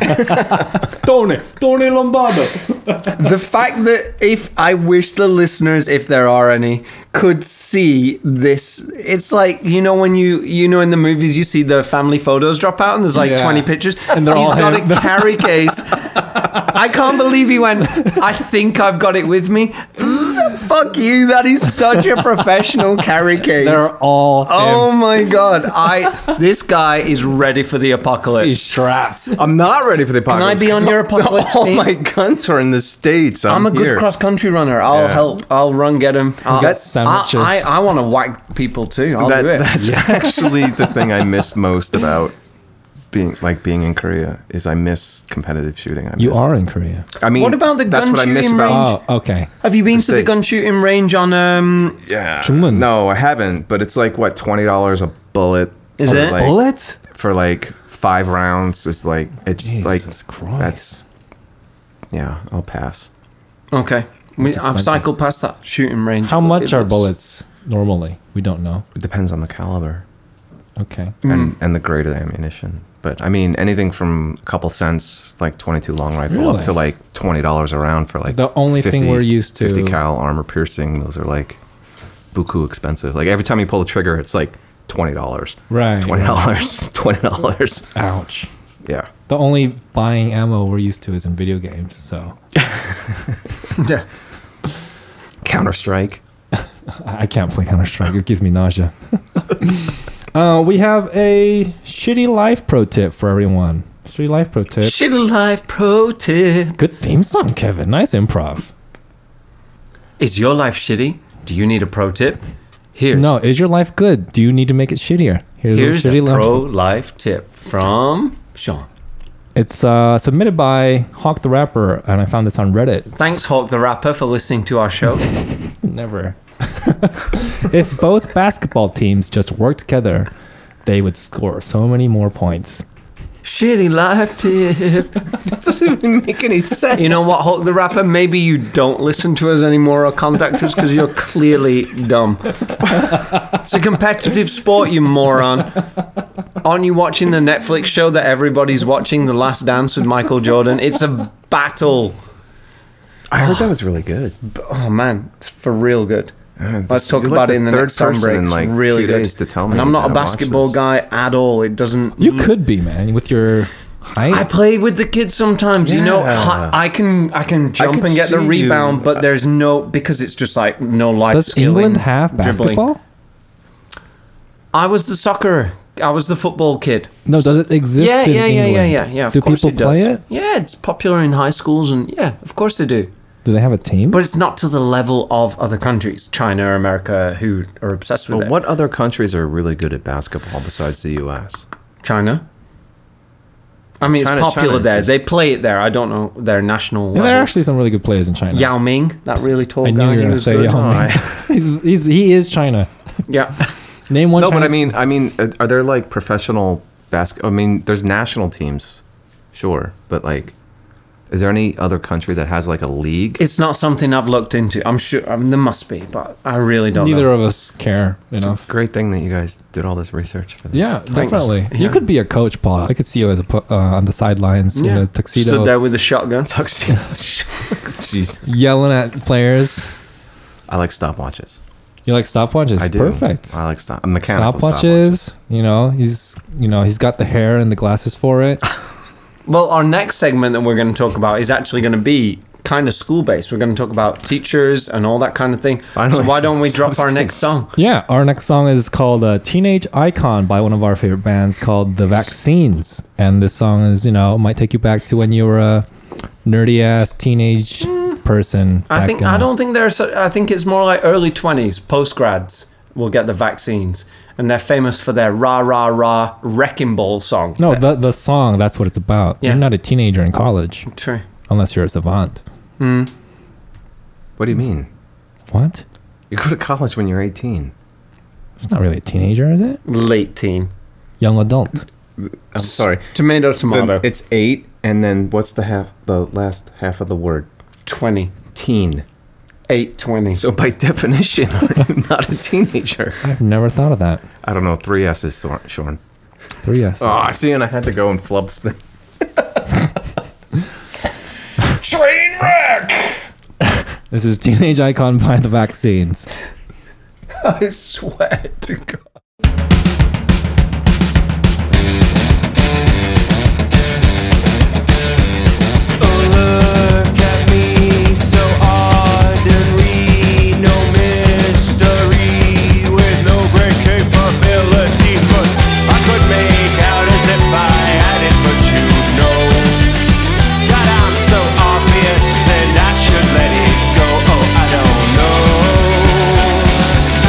Tony, Tony Lombardo.
the fact that if I wish the listeners, if there are any, could see this, it's like you know when you you know in the movies you see the family photos drop out and there's like
Yeah.
20 pictures
And they're
He's
all
got
him.
a carry case. I can't believe he went. I think I've got it with me. The Fuck you. That is such a professional carry case.
They're all.
Oh
in.
my god! I this guy is ready for the
he's
apocalypse.
strapped.
I'm not ready for the
I
apocalypse.
be on
'cause
your apocalypse
All
team?
my guns are in the states. I'm,
I'm a good
here.
cross country runner. I'll help. I'll run get him. I'll,
That's sandwiches.
I, I, want to whack people too. I'll
That,
do it.
that's actually the thing I miss most about being like being in Korea is I miss competitive shooting. I
You
miss-
are in Korea.
I mean,
What about the
that's
gun
what I miss
shooting
about.
range?
Oh, okay.
Have you been to the
States.
gun shooting range on um?
Yeah.
Chungmun.
No, I haven't. But it's like what twenty dollars a bullet.
Is
for
it?
like,
Bullets?
for like five rounds? It's like it's
Jesus
like
Christ.
that's yeah. I'll pass.
Okay, we, I've
expensive.
cycled past that shooting range.
How much
It
are
looks-
bullets normally? We don't know.
It depends on the caliber
Okay.
and and the grade of the ammunition. But I mean, anything from a couple cents, like twenty-two long rifle,
Really?
up to like twenty dollars a round for like
The only thing we're used to-
fifty cal armor piercing. Those are like buku expensive. Like every time you pull the trigger, it's like twenty dollars.
Right,
Twenty dollars. Twenty dollars.
Ouch.
Yeah.
The only buying ammo we're used to is in video games. So
Yeah.
Counter Strike.
I I can't play Counter Strike. It gives me nausea. uh, we have a shitty life pro tip for everyone. Shitty life pro tip.
Shitty life pro tip.
Good theme song, Kevin. Nice improv.
Is your life shitty? Do you need a pro tip? Here's
No, is your life good? Do you need to make it shittier? Here's,
here's
a
a
shitty life.
pro life tip from Sean.
It's uh, submitted by Hawk the Rapper, and I found this on Reddit. It's-
Thanks, Hawk the Rapper, for listening to our show.
Never. if both basketball teams just worked together, they would score so many more points.
Shitty life tip.
Doesn't even make any sense.
You know what, Hulk the Rapper? Maybe you don't listen to us anymore or contact us because you're clearly dumb. It's a competitive sport, you moron. Aren't you watching the Netflix show that everybody's watching, The Last Dance with Michael Jordan? It's a battle.
I heard that was really good.
Oh, man, it's for real good. Let's talk
You're
about it
like
in the
third
next time
person
break.
in,
It's
like,
really
two
good.
days to tell me
and I'm
you
not a
gotta watch
basketball
this.
guy at all. It doesn't.
You could be, man, with your height.
I play with the kids sometimes. You know,
Yeah.
hi- I can I can jump
can
and get the
see you.
rebound, but there's no because it's just like no life.
Does
skill
England
in
have
dribbling.
basketball?
I was the soccer. I was the football kid.
No, does it exist
yeah,
in
yeah, yeah,
England?
yeah, yeah, yeah. Of
Do
course
people
it
play
does.
it?
Yeah, it's popular in high schools, and yeah, of course they do.
Do they have a team?
But it's not to the level of other countries, China, America, who are obsessed with
But
it.
what other countries are really good at basketball besides the U.S.?
China? I mean,
China-
it's popular
China's
there.
just-
They play it there. I don't know their national.
Yeah,
Level.
there are actually some really good players in China.
Yao Ming, that really tall
I knew you
guy.
were
he
going to
was
say
good.
Yao Ming. he's, he's, he is China.
Yeah.
Name one
No, but I
Chinese-
mean, I mean, uh, are there like professional basket? I mean, there's national teams, sure, but like, is there any other country that has like a league?
It's not something I've looked into. I'm sure um, there must be, but I really don't.
neither
know.
of us care enough.
Great thing that you guys did all this research for. This.
Yeah, definitely. You could be a coach, Paul. I could see you as a po- uh, on the sidelines in a tuxedo,
Stood there with a shotgun.
Jesus.
yelling at players.
I like stopwatches.
You like stopwatches?
I do.
Perfect.
I like stop mechanical stopwatches.
Stopwatches. You know, he's you know he's got the hair and the glasses for it.
Well, our next segment that we're going to talk about is actually going to be kind of school based. We're going to talk about teachers and all that kind of thing. so
Finally,
why don't we
some
drop our next
substance.
song?
Yeah, our next song is called uh, "Teenage Icon" by one of our favorite bands called The Vaccines, and this song is you know might take you back to when you were a nerdy ass teenage person.
Mm. I
back
think
in
I
the-
don't think there's. I think it's more like early twenties post grads will get the vaccines, and they're famous for their rah rah rah wrecking ball song. Uh,
No, the the song that's what it's about.
Yeah.
You're not a teenager in college
true.
unless you're a savant.
What do you mean?
What?
You go to college when you're 18.
It's not really a teenager, is it?
Late teen.
Young adult.
I'm sorry.
Tomato
Then
tomato.
it's eight, and then what's the half? The last half of the word
twenty.
teen.
Eight twenty.
So by definition, I'm not a teenager.
I've never thought of that.
I don't know. Three S's, Sor- Sean.
Three S.
Oh, I see, and I had to go and flub thing.
Train wreck!
This is Teenage Icon by The Vaccines.
I swear to God.
Look at me, so ordinary, no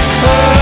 Oh, Oh,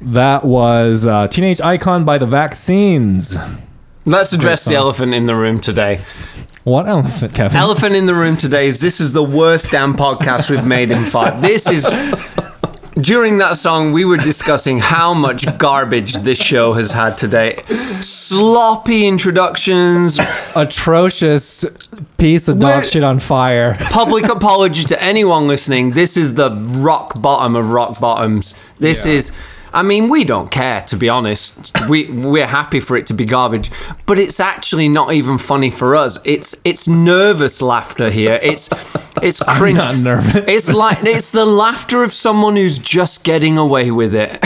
That was uh, Teenage Icon by the Vaccines.
Let's address the elephant in the room today.
What elephant, Kevin?
Elephant in the room today is this is the worst damn podcast we've made in five. This is. During that song, we were discussing how much garbage this show has had today. Sloppy introductions,
Atrocious piece of
Where-
dog shit on fire.
public apology to anyone listening. This is the rock bottom of rock bottoms. This is. I mean, we don't care to be honest. We we're happy for it to be garbage, but it's actually not even funny for us. It's it's nervous laughter here. It's it's cringe.
not nervous.
It's like it's the laughter of someone who's just getting away with it.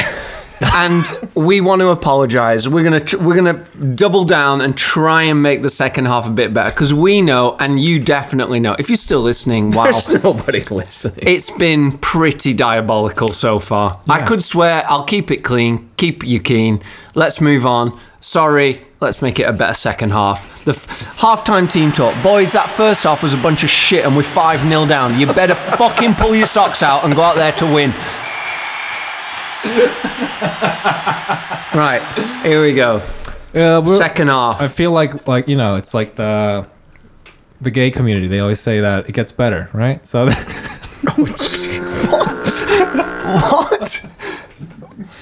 And we want to apologize. We're gonna tr- we're gonna double down and try and make the second half a bit better because we know, and you definitely know. If you're still listening, wow,
Nobody listening.
it's been pretty diabolical so far. I could swear I'll keep it clean, keep you keen. Let's move on. Sorry, let's make it a better second half. The f- halftime team talk. Boys, that first half was a bunch of shit and we're 5 0 down. You better fucking pull your socks out and go out there to win. right, here we go.
Uh, we're-
Second half.
I feel like like you know, it's like the the gay community. They always say that it gets better, right? So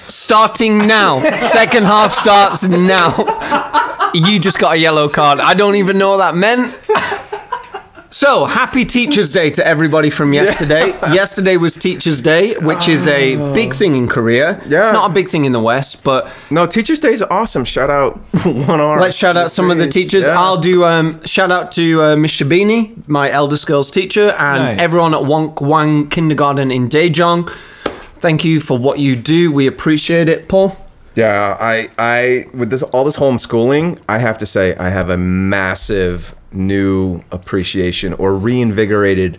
starting now. Second half starts now. You just got a yellow card. I don't even know what that meant. So, happy Teacher's Day to everybody from yesterday. Yesterday was Teacher's Day, which is a big thing in Korea.
Yeah.
It's not a big thing in the West, but
No, Teacher's Day is awesome. Shout out one arm.
let's shout out some of the teachers.
Yeah.
I'll do um, shout out to uh, Miss Shabini, my eldest girl's teacher, and
Nice.
everyone at Wonk Wang Kindergarten in Daejeon. Thank you for what you do. We appreciate it, Paul.
Yeah, I, I, with this all this homeschooling, I have to say I have a massive new appreciation or reinvigorated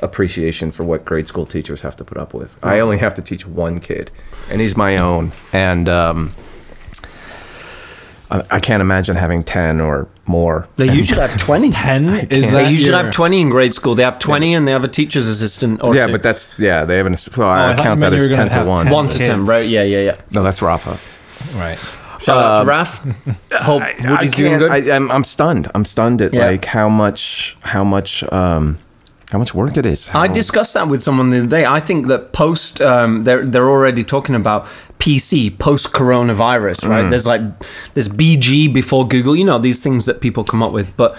appreciation for what grade school teachers have to put up with. I only have to teach one kid, and he's my own, and um, I, I can't imagine having ten or more.
They usually have 20.
ten is
They
that
usually have
your-
20 in grade school. They have 20 and they have a teacher's assistant or
Yeah,
two.
but that's yeah. They haven't. So
Uh,
I
I,
thought
count
you meant
that
you
as
were
ten
gonna
to
have
one.
10.
one to 10, right? Yeah, yeah, yeah. Um,
No, that's Rafa.
right.
Shout out to Raf. Hope Woody's
I
doing
can't-
good.
I, I'm, I'm stunned. I'm stunned at
Yeah.
like how much, how much, um, how much work it is. How,
I discussed that with someone the other day. I think that post, um, they're they're already talking about PC post coronavirus, right? There's like there's BG before Google, you know, these things that people come up with. But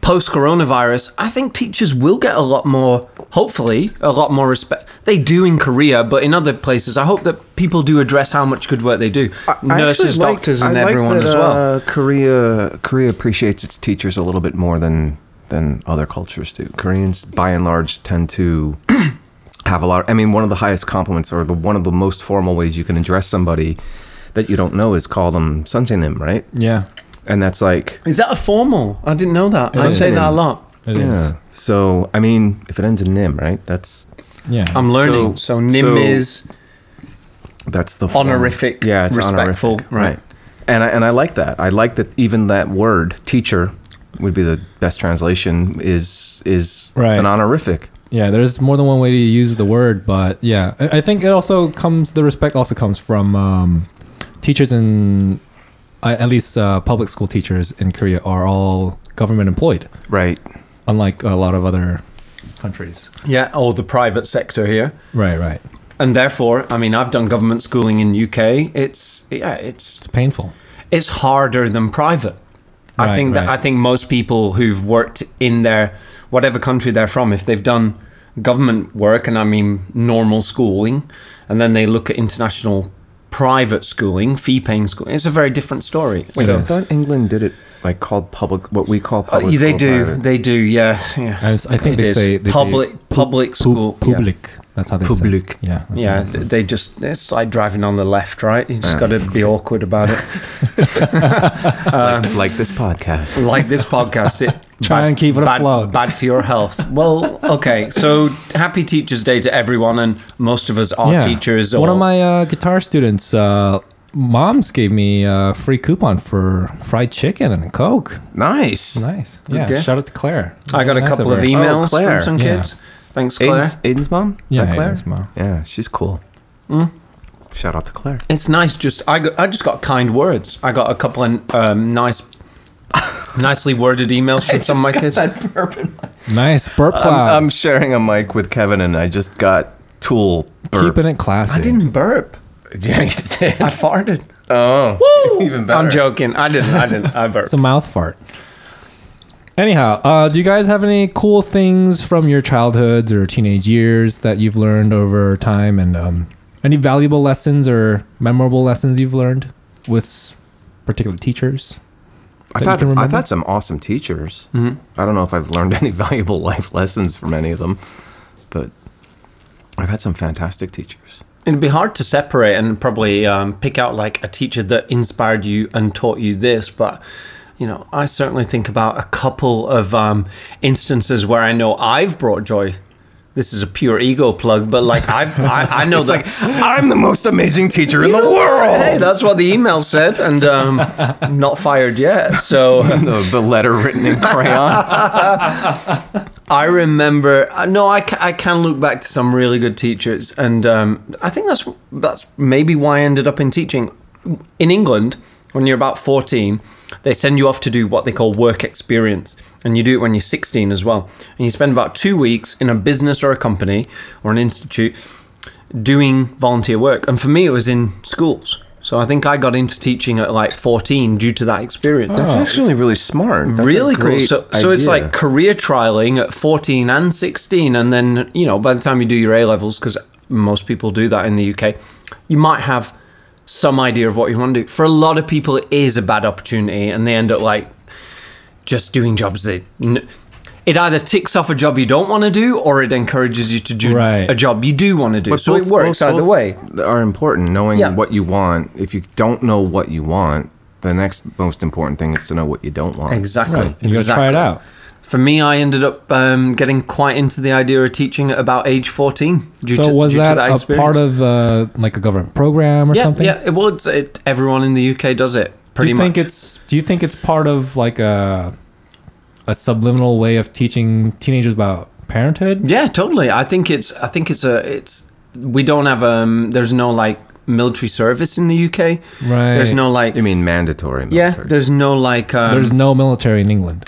post coronavirus, I think teachers will get a lot more, hopefully, a lot more respect. They do in Korea, but in other places, I hope that people do address how much good work they do. Nurses, doctors, and everyone as well.
uh, Korea, Korea appreciates its teachers a little bit more than than other cultures do. Koreans, by and large, tend to have a lot. I mean, one of the highest compliments, or the one of the most formal ways you can address somebody that you don't know is call them sunjaenim, right?
Yeah,
And that's like
Is that a formal? I didn't know that. I
is.
say that a lot.
it is.
yeah. So I mean, if it ends in nim, right? That's
Yeah,
I'm learning. So,
So-
Nim
so-
is
That's the
Honorific,
Yeah, it's
respectful,
honorific.
right.
right? And I, and I like that. I like that even that word teacher would be the best translation is is
Right.
an honorific.
yeah. There's more than one way to use the word, but yeah, I I think it also comes. The respect also comes from um, teachers in, I- at least uh, public school teachers in Korea are all government employed,
Right.
unlike a lot of other countries.
Yeah, or the private sector here.
Right, right.
And therefore, I mean, I've done government schooling in UK. It's yeah, it's
It's painful.
it's harder than private. I
Right,
think that
right.
I think most people who've worked in their whatever country they're from, if they've done government work and I mean normal schooling, and then they look at international private schooling, fee-paying schooling, it's a very different story.
Wait,
So-
I thought England did it like called public what we call
Uh,
public.
they
school
do,
private.
they do, yeah, yeah.
I, was- I think
It
they
is.
say they say
public
pu-
public
pu-
school yeah.
public. That's how they say.
Public.
Yeah. that's how they
Yeah,
say.
th- they just, it's like driving on the left, right? You just got to be awkward about it.
like, like this podcast.
Like this podcast, it
Try and keep it
bad,
afloat.
Bad for your health. Well, okay. So happy Teachers' Day to everyone, and most of us are teachers.
One
or-
of my uh, guitar students' uh, moms gave me a free coupon for fried chicken and a Coke.
Nice.
Nice. yeah.
gift.
Shout out to Claire.
I got a
Nice
couple of
her.
emails from
Claire.
some
Yeah.
kids. Thanks, Claire.
Aiden's, Aiden's mom. Hmm?
Yeah,
That Claire?
Aiden's mom.
Yeah, she's cool.
Shout out to Claire.
It's nice. Just I, got, I just got kind words. I got a couple of um, nice, nicely worded emails from some of my kids.
That burp in my-
Nice burp
I'm,
cloud.
I'm sharing a mic with Kevin, and I just got tool burp.
Keeping it classy.
I didn't burp.
Yeah, you did.
I farted.
Oh, even better.
I'm joking. I didn't. I didn't. I burped.
It's a mouth fart. Anyhow, uh, do you guys have any cool things from your childhoods or teenage years that you've learned over time, and um, any valuable lessons or memorable lessons you've learned with s- particular teachers?
I've
that you
had,
can
I've
remember?
had some awesome teachers. I don't know if I've learned any valuable life lessons from any of them, but I've had some fantastic teachers.
It'd be hard to separate and probably um, pick out like a teacher that inspired you and taught you this, but you know, I certainly think about a couple of um, instances where I know I've brought joy. This is a pure ego plug, but like I've, I, I know that.
I'm the most amazing teacher in the
Hey,
world.
that's what the email said, and um, not fired yet. So
The, the letter written in crayon.
I remember. uh, No, I, ca- I can look back to some really good teachers, and um, I think that's that's maybe why I ended up in teaching. In England, when you're about 14, they send you off to do what they call work experience, and you do it when you're 16 as well. And you spend about two weeks in a business or a company or an institute doing volunteer work. And for me, it was in schools. So I think I got into teaching at like 14 due to that experience
That's actually really smart. That's a
really cool.
great
So, so it's
idea.
like career trialing at 14 and 16. And then, you know, by the time you do your A levels, because most people do that in the UK, you might have some idea of what you want to do. For a lot of people, it is a bad opportunity and they end up like just doing jobs they. N- it either ticks off a job you don't want to do or it encourages you to do
Right.
a job you do want to do.
But
so it
both-
works
both-
either
both
way.
Are important knowing
Yeah.
what you want. If you don't know what you want, the next most important thing is to know what you don't want.
Exactly.
Right, you gotta try
exactly.
it out.
For me, I ended up um, getting quite into the idea of teaching at about age 14. Due
so
to,
was
due to
that, a
experience.
part of uh, like a government program or
yeah,
something?
Yeah, it, well, it's, it, everyone in the UK does it
Do
pretty
you think
much.
it's Do you think it's part of like a a subliminal way of teaching teenagers about parenthood?
yeah, totally. I think it's. I think it's a. It's. We don't have um. There's no like military service in the UK.
Right.
There's no like.
You mean mandatory?
Yeah.
military.
There's no like. Um,
There's no military in England.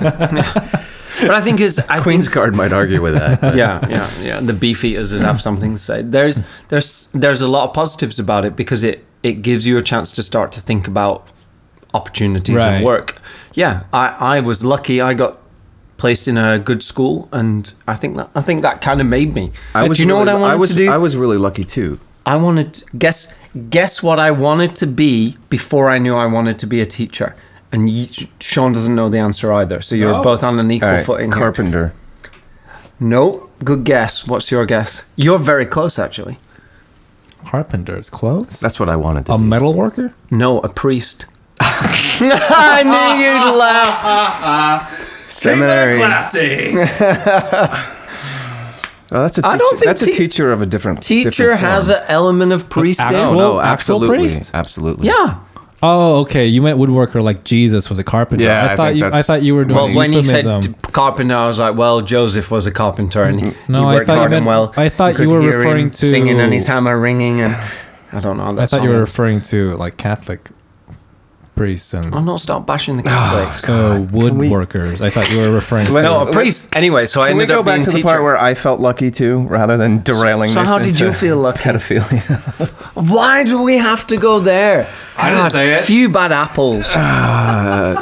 But I think it's. I think,
Queen's Guard might argue with that. but-
yeah, yeah, yeah. The beef eaters that have something to say. There's there's there's a lot of positives about it because it it gives you a chance to start to think about opportunities
Right.
and work. Yeah, I I was lucky. I got placed in a good school, and I think that I think that kind of made me. Uh, do you know
really-
what I wanted
was,
to do?
I was really lucky too.
I wanted to- guess guess what I wanted to be before I knew I wanted to be a teacher. And you, Sean doesn't know the answer either, so you're
Oh.
both on an equal
All right,
footing. here.
carpenter.
No, good guess. What's your guess? You're very close, actually.
Carpenter's clothes.
That's what I wanted to
a
do.
metal worker.
No, a priest. I knew you'd laugh.
Seminary.
Classy.
Oh, that's a teacher.
I don't think
that's
te-
a teacher of a different
Teacher
different
has
form.
an element of priest in.
No,
Actual-
no,
actual
absolutely,
priest?
absolutely.
Yeah.
Oh, okay. You meant woodworker, like Jesus was a carpenter.
Yeah,
I,
I
thought
think
you. I
that's-
thought you were doing
Well, when he said
euphemism.
t- carpenter, I was like, well, Joseph was a carpenter and he,
No, I
he worked
thought you
hard
meant-
and well.
I thought
could
you were
hear him
referring to-
singing and his hammer ringing and I don't know.
I
That's
thought you were
referring.
referring to like Catholic priests and
I'm not start bashing the Catholics.
uh, woodworkers. I thought you were referring to.
no, a priest. Anyway, so I
Can we
ended
go
up
back
being
to the
teacher.
part where I felt lucky too, rather than derailing
so
this
how did
into
you feel lucky?
Pedophilia.
Why do we have to go there? I
didn't say it.
Few bad apples.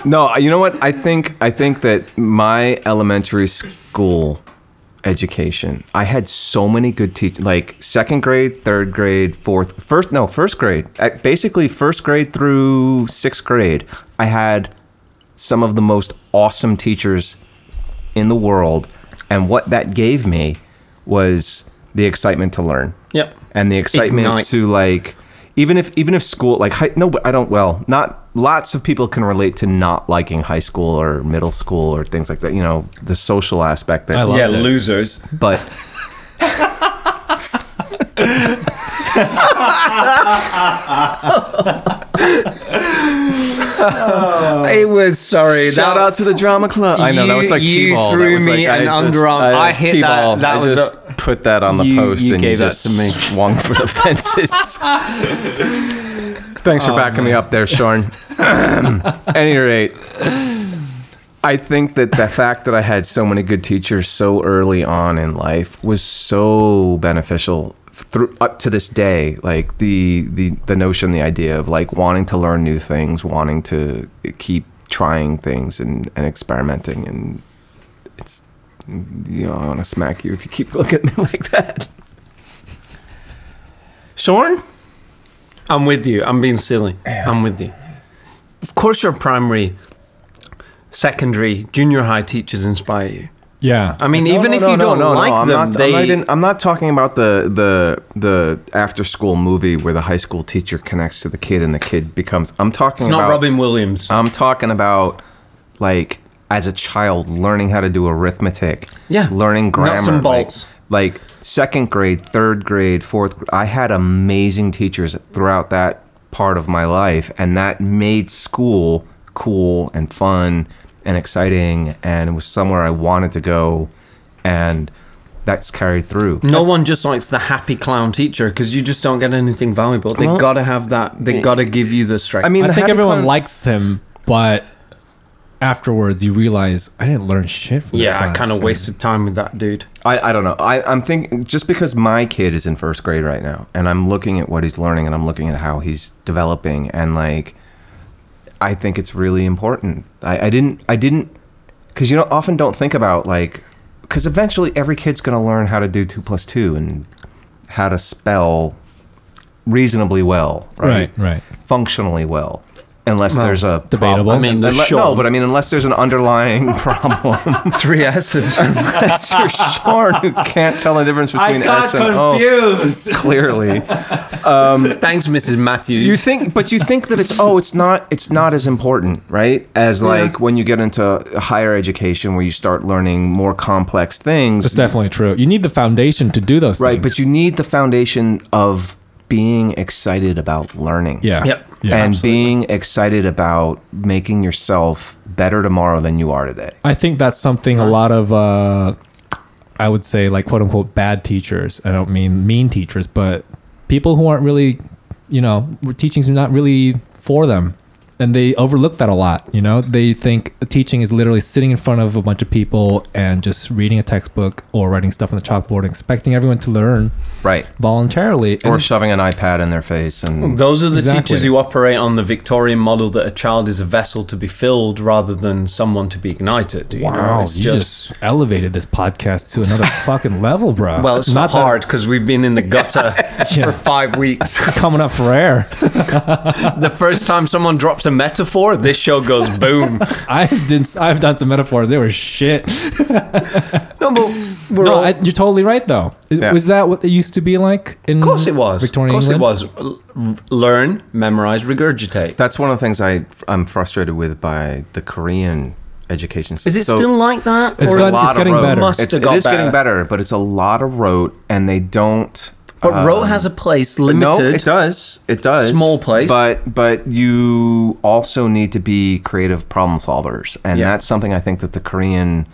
no, you know what? I think I think that my elementary school education, I had so many good teachers, like second grade, third grade, fourth, first no, first grade. At basically, first grade through sixth grade, I had some of the most awesome teachers in the world, and what that gave me was the excitement to learn.
Yep.
And the excitement
Ignite.
to like even if even if school like high, no but i don't well not lots of people can relate to not liking high school or middle school or things like that you know the social aspect that
I love it.
losers.
but
It was sorry.
shout
that-
out to the drama club i know that was like
you
t-ball
threw
that was
me
like,
an
I just-
underarm. I
just
hit that-
T-balled.
that
I
was
just-
a-
put that on the
You-
post
you
and
gave
you
that
just
to me.
swung for the fences. Thanks for backing me up there, Sean. any rate, I think that the fact that I had so many good teachers so early on in life was so beneficial through up to this day. Like the the the notion, the idea of like wanting to learn new things, wanting to keep trying things and, and experimenting and it's you know, I want to smack you if you keep looking at me like that. Sean?
I'm with you. I'm being silly. I'm with you. Of course, your primary, secondary, junior high teachers inspire you.
Yeah.
I mean, even if you don't like
I'm
them,
not,
they.
I'm, not even- I'm not talking about the the the after school movie where the high school teacher connects to the kid and the kid becomes. I'm talking
it's not
about Uh,
Robin Williams.
I'm talking about like as a child learning how to do arithmetic.
Yeah.
Learning grammar.
Nuts and
like-
bolts.
Like, second grade, third grade, fourth grade. I had amazing teachers throughout that part of my life, and that made school cool and fun and exciting, and it was somewhere I wanted to go, and that's carried through.
no one just likes the happy clown teacher because you just don't get anything valuable. They
Well- eh,
gotta have that. They gotta give you the strength.
I mean,
I
the
think
happy
everyone
clown-
likes him, but afterwards you realize I didn't learn shit from this
yeah, I
class."
kind of wasted time with that dude.
I, I don't know. I, I'm thinking just because my kid is in first grade right now and I'm looking at what he's learning and I'm looking at how he's developing and like I think it's really important. I, I didn't I didn't because you know often don't think about like because eventually every kid's gonna learn how to do two plus two and how to spell reasonably well, right?
Right, right.
Functionally well. Unless
Well,
there's a prob-
debatable. I mean,
there's
unle- no,
Sean.
but I mean, unless there's an underlying problem,
Three S's.
that's your Sean who can't tell the difference between S and O. Clearly,
Thanks, Mrs. Matthews.
you think, but you think that it's oh, it's not, it's not as important, right? As like when you get into higher education where you start learning more complex things,
That's definitely true. You need the foundation to do those
right?
things.
But you need the foundation of being excited about learning,
Yeah.
Yep.
Yeah.
and being excited about making yourself better tomorrow than you are today.
I think that's something a lot of uh, I would say like quote unquote bad teachers. I don't mean mean teachers, but people who aren't really, you know, teaching's not really for them, and they overlook that a lot. You know, they think teaching is literally sitting in front of a bunch of people and just reading a textbook or writing stuff on the chalkboard, and expecting everyone to learn
Right.
voluntarily. And
Or
it's-
shoving an iPad in their face and
Those are the
Exactly.
teachers who operate on the Victorian model that a child is a vessel to be filled rather than someone to be ignited. You
Wow,
know? It's
you just, elevated this podcast to another fucking level, bro.
well, it's not
that-
hard because we've been in the gutter for five weeks.
coming up for air.
the first time someone drops a metaphor, this show goes boom.
I've done I've done some metaphors. They were shit.
no, but we're
No,
all,
I, you're totally right though. Is-
Yeah.
Was that what it used to be like? In
of course it was.
Victorian
of course
England?
it was. L- Learn, memorize, regurgitate.
That's one of the things I I'm frustrated with by the Korean education system.
Is it
So
still like that?
It's
Or-
got- it's
of
getting
rote.
better.
Must
It's,
have
it
got
is getting
better.
better, but it's a lot of rote, and they don't.
but
um,
rote has a place limited.
No, it does. It does.
Small place.
but but you also need to be creative problem solvers, and
Yeah.
that's something I think that the Korean,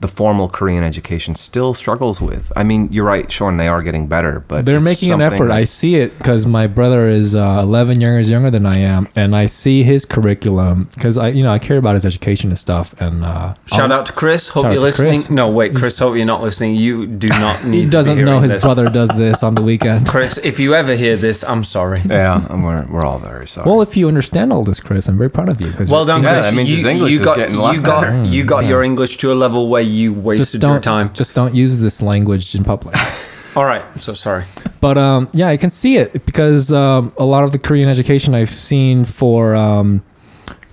the formal Korean education still struggles with. I mean, you're right, Sean. They are getting better, but
They're
it's
making an
something
effort. I
that-
see it because my brother is uh, 11 years younger than I am, and I see his curriculum because I, you know, I care about his education and stuff. And uh,
Shout
I'll-
out to Chris. Hope
Shout out
you're
to
listening.
Chris.
No, wait, Chris.
He's-
Hope you're not listening. You do not need.
He doesn't
to be
know
hearing
his
this.
brother does this on the weekend.
Chris, if you ever hear this, I'm sorry.
Yeah, and we're we're all very sorry.
Well, if you understand all this, Chris, I'm very proud of you. 'cause
Well done,
you
Yeah,
Chris.
that means his English is
got,
getting a lot
you got,
better.
You got your English to a level where you
Hmm, Just
wasted
don't
your time.
just don't use this language in public.
All right, I'm so sorry.
But um, yeah, I can see it because um, a lot of the Korean education I've seen for um,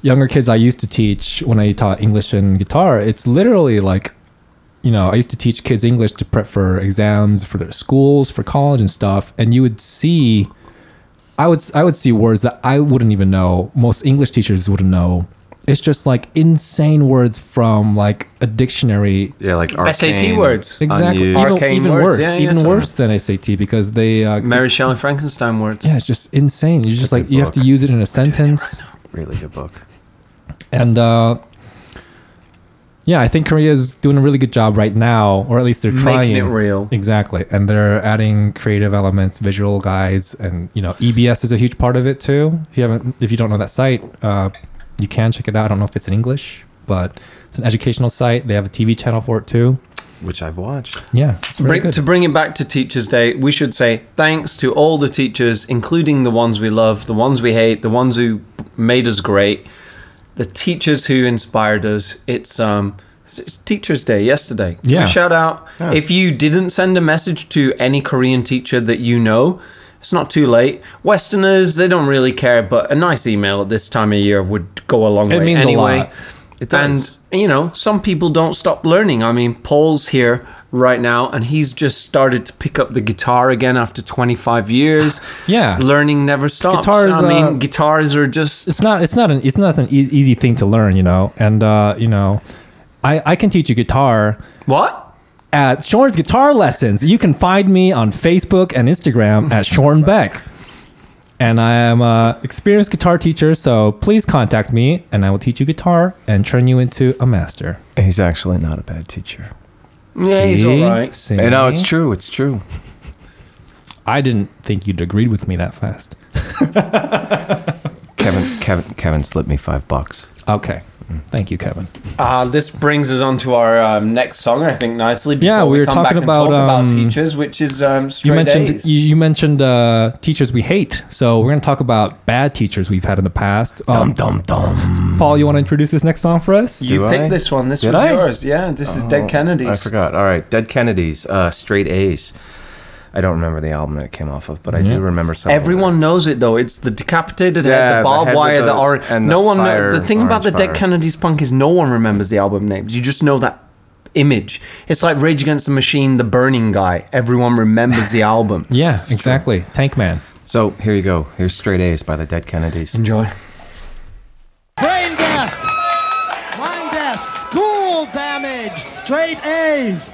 younger kids I used to teach when I taught English and guitar, it's literally like, you know, I used to teach kids English to prep for exams, for their schools, for college and stuff, and you would see, I would I would see words that I wouldn't even know. Most English teachers wouldn't know. It's just like insane words from like a dictionary
yeah, like
SAT
arcane,
words.
Exactly.
unused.
Even,
Arcane
even
words.
worse.
Yeah, yeah,
even
totally.
worse than SAT because they. Uh,
Mary Shelley Frankenstein words.
yeah, it's just insane. You just like you have to use it in a sentence,
Really good book.
and uh, yeah, I think Korea is doing a really good job right now, or at least they're
Making
trying.
it real.
Exactly. And they're adding creative elements, visual guides, and you know, EBS is a huge part of it too. If you haven't if you don't know that site, uh, you can check it out. I don't know if it's in English, but it's an educational site. They have a TV channel for it too.
which I've watched.
Yeah. It's very
Bring,
good.
to bring it back to Teachers Day, we should say thanks to all the teachers, including the ones we love, the ones we hate, the ones who made us great, the teachers who inspired us. It's um, it's Teachers Day yesterday. Give
Yeah.
a shout out. If you didn't send a message to any Korean teacher that you know, it's not too late. Westerners, they don't really care, but a nice email at this time of year would go a long
It
way.
means a
anyway,
lot.
It does. And you know, some people don't stop learning. I mean, Paul's here right now, and he's just started to pick up the guitar again after 25 years.
Yeah.
learning never stops.
Guitars,
I mean,
uh,
guitars are just
it's not it's not an it's not an e- easy thing to learn, you know. And uh, you know, I I can teach you guitar.
what?
at Shorn's Guitar Lessons. You can find me on Facebook and Instagram at Shorn Beck. And I am a experienced guitar teacher, so please contact me and I will teach you guitar and turn you into a master.
He's actually not a bad teacher.
Yeah, he's all right.
See?
And no, it's true. It's true.
I didn't think you'd agreed with me that fast.
Kevin, Kevin, Kevin slipped me five bucks.
Okay. Thank you, Kevin.
Uh, this brings us on to our um, next song, I think, nicely. Before
Yeah, we were
come
talking
back and
about,
talk
um,
about teachers, which is um, straight
you mentioned
A's.
you, you mentioned uh, teachers we hate, so we're gonna talk about bad teachers we've had in the past. Um,
Dum dum.
Paul, you want to introduce this next song for us?
You
Do
picked
I?
this one. This
Did
was
I?
yours. Yeah, this is
Oh,
Dead Kennedys.
Oh, I forgot. All right, Dead Kennedys, uh, Straight A's. I don't remember the album that it came off of, but I do remember something.
Everyone knows it though. It's the decapitated
Yeah,
head,
the
the barbed
head with
wire,
the-
the, orange.
and
no
the
one.
fire-
knows the thing about the
orange
Dead
fire.
Kennedys punk is no one remembers the album names. You just know that image. It's like Rage Against the Machine, the Burning Guy. Everyone remembers the album.
Yeah, exactly. Tank Man.
So here you go. Here's Straight A's by the Dead Kennedys.
Enjoy.
Brain death, mind death, school damage, straight A's.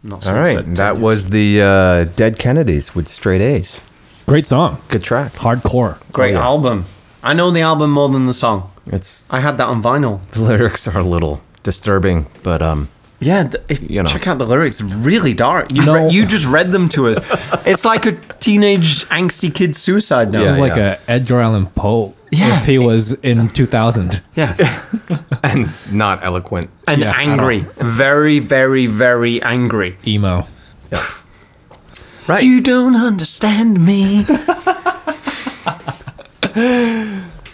Not
All right,
Sunset
that
Tune.
was the uh, Dead Kennedys with Straight A's.
Great song.
Good track.
Hardcore.
great
Oh, yeah.
album. I know the album more than the song.
It's
I had that on vinyl.
the lyrics are a little disturbing, but um,
Yeah, th- if,
You know.
check out the lyrics. Really dark. You,
know-
re- you just read them to us. it's like a teenage angsty kid suicide note.
It was
Yeah,
like a Edgar Allan Poe
Yeah.
if he was in 2000.
yeah.
and not eloquent.
and
Yeah, I don't-
angry, very, very, very angry.
Emo.
You don't understand me.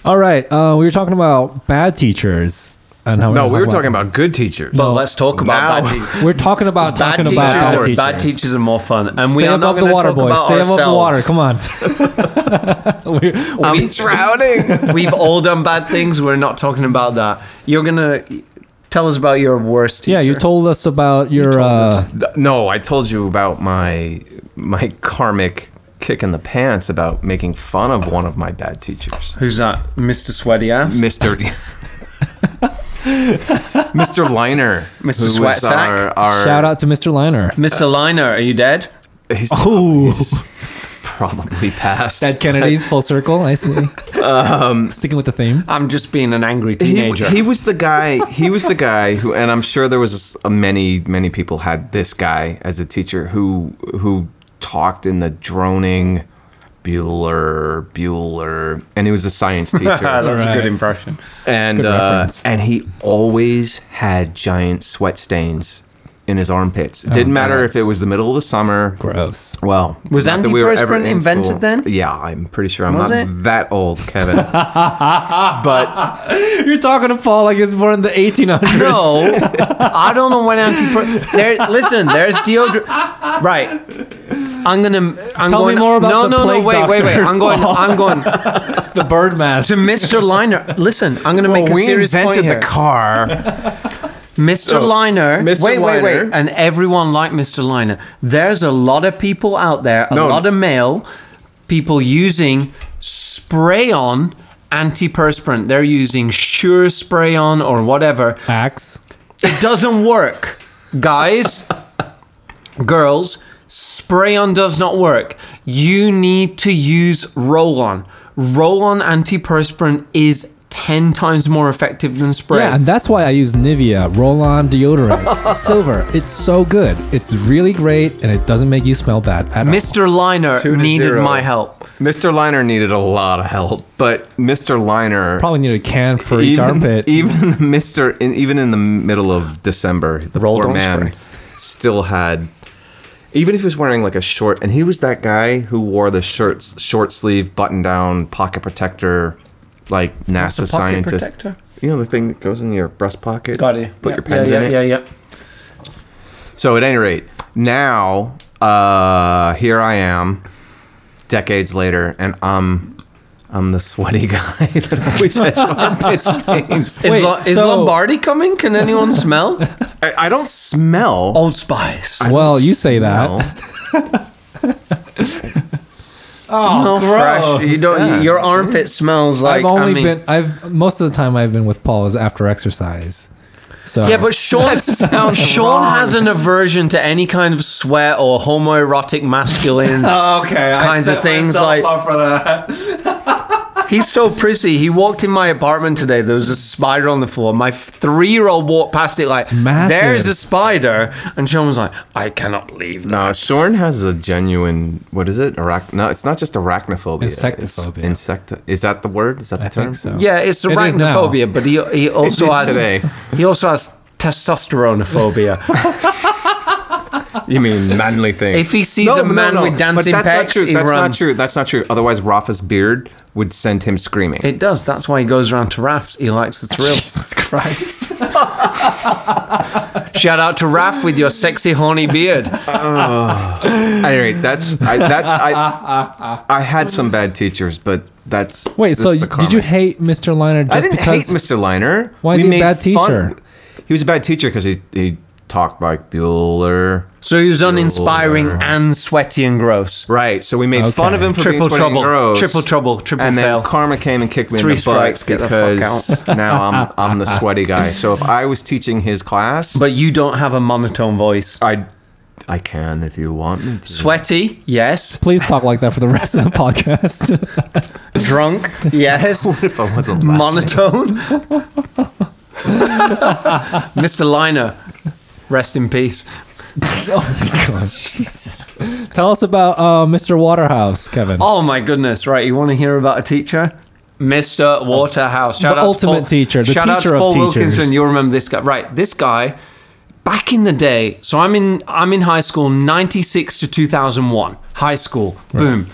All right. Uh, we were talking about bad teachers. And how
No, we
how
were talking about good teachers.
But let's talk
Now-
about bad, te-
We're talking about
bad
talking
teachers.
about bad
are-
teachers.
bad teachers are more fun, and
Stay
we are
above
not
the
gonna
water,
talk
boys.
about
Stay above the water.
ourselves.
Come on. We're-
I'm drowning. We've all done bad things. We're not talking about that. You're gonna tell us about your worst. Teacher.
yeah, you told us about your. Uh,
Th- No, I told you about my my karmic kick in the pants about making fun of one of my bad teachers,
Who's that, Mr. Sweaty Ass?
Mister. Mr. Liner,
Mr.
who was
Sweatsack.
our- our-
shout out to Mr. Liner.
Mr. Liner, are you dead?
He's
Oh,
probably passed.
Dead Kennedys, full circle. I see.
Um,
Sticking with the theme.
I'm just being an angry
he,
teenager.
he was the guy. He was the guy who, and I'm sure there was a, many many people had this guy as a teacher who who talked in the droning Bueller Bueller, and he was a science
That's
teacher,
a
Alright.
good impression.
and
Good
uh,
reference.
and he always had giant sweat stains in his armpits. It
Oh,
didn't matter if
that's-
it was the middle of the summer.
Gross.
Well,
Was
not that were ever
antiperspirant
in
invented
school.
then?
Yeah, I'm pretty sure I'm
Was
not
it?
that old, Kevin. but
You're talking to Paul like it's more in the 1800s.
No, I don't know when anti. There, listen, there's deodorant. Right, I'm gonna. I'm
Tell me
going,
more about
no,
the
no,
plague
no. Wait, wait, wait.
doctors,
I'm going.
Paul.
I'm going
the bird mask.
to Mr. Liner. Listen, I'm gonna make a
we
serious point
invented
here.
the car.
Mr.
oh,
Liner.
Mr.
Wait, wait, wait.
Liner.
And everyone like Mr. Liner. There's a lot of people out there, a
No.
lot of male people using spray on antiperspirant. They're using sure spray on or whatever.
Axe.
It doesn't work. Guys, girls, spray on does not work. You need to use roll on. Roll on antiperspirant is 10 times more effective than spray.
Yeah, and that's why I use Nivea roll-on deodorant, silver. It's so good. It's really great, and it doesn't make you smell bad at
Mr. Liner
Two to
needed
zero.
my help.
Mr. Liner needed a lot of help, but Mr. Liner
all. Probably need a can for each armpit.
even Mr. In, even in the middle of December, the
Roll,
poor
don't
man
spray.
still had. Even if he was wearing like a short, and he was that guy who wore the shirts, short sleeve, button down, pocket protector, like NASA scientist. You know the thing that goes in your breast pocket.
Got it.
Put
Yeah,
your pens
yeah,
in it.
yeah, Yeah, yeah.
So at any rate, now uh, here I am, decades later, and I'm I'm the sweaty guy that always has armpit stains.
Is,
Wait,
Lo- is
so-
Lombardi coming? Can anyone smell?
I, I don't smell.
Old Spice.
well, you say that.
No.
no,
gross.
fresh. You don't. Your armpit smells like.
I've only
I mean-
been. I've most of the time I've been with Paul is after exercise. So
Yeah, but Sean Sean has an aversion to any kind of sweat or homoerotic masculine
okay,
kinds of things. Like he's so prissy. He walked in my apartment today. There was a spider on the floor. My three-year-old walked past it like,
massive.
"There's a spider," and Sean was like, "I cannot leave." that."
No, Shorn has a genuine what is it? Arach? No, it's not just arachnophobia. it's
Insectophobia.
Insect. Is that the word? Is that the
I
term?
think so.
Yeah, it's
It is now.
arachnophobia, but he he also
is
has
today.
he also has testosteronephobia.
You mean manly thing?
If he sees a man with dancing
but that's
pecs,
not true.
he
that's
runs.
not true. That's not true. Otherwise, Rafa's beard would send him screaming.
it does. That's why he goes around to rafts. He likes the thrill.
Jesus Christ.
Shout out to Raf with your sexy horny beard.
anyway, that's I, that I I had some bad teachers, but that's
Wait,
that's
so
the
you- did
karma.
you hate Mr. Liner just
I didn't
because?
hate Mr. Liner.
Why is he a
made
bad
fun-
teacher?
He was a bad teacher because he he talked like Bueller.
So he was uninspiring and sweaty and gross.
Right, so we made
Okay.
fun of him for
Triple
being sweaty and
trouble.
gross,
Triple trouble. Triple
and
fail.
then karma came and kicked me
Three
in the
strikes,
butt
get the fuck
because now I'm I'm the sweaty guy. So if I was teaching his class,
but you don't have a monotone voice.
I I can if you want me to.
Sweaty, yes.
Please talk like that for the rest of the podcast.
Drunk, yes.
if I wasn't laughing.
monotone. Mr. Liner, rest in peace.
oh my gosh, Jesus! Tell us about uh, Mr. Waterhouse, Kevin.
Oh my goodness! Right, you want to hear about a teacher? Mr. Waterhouse, shout
The
out
ultimate
to Paul,
teacher, the
shout out
teacher
to
of
Paul
teachers.
Wilkinson. You remember this guy, right? This guy, back in the day. So I'm in I'm in high school, ninety six to two thousand one. High school, boom.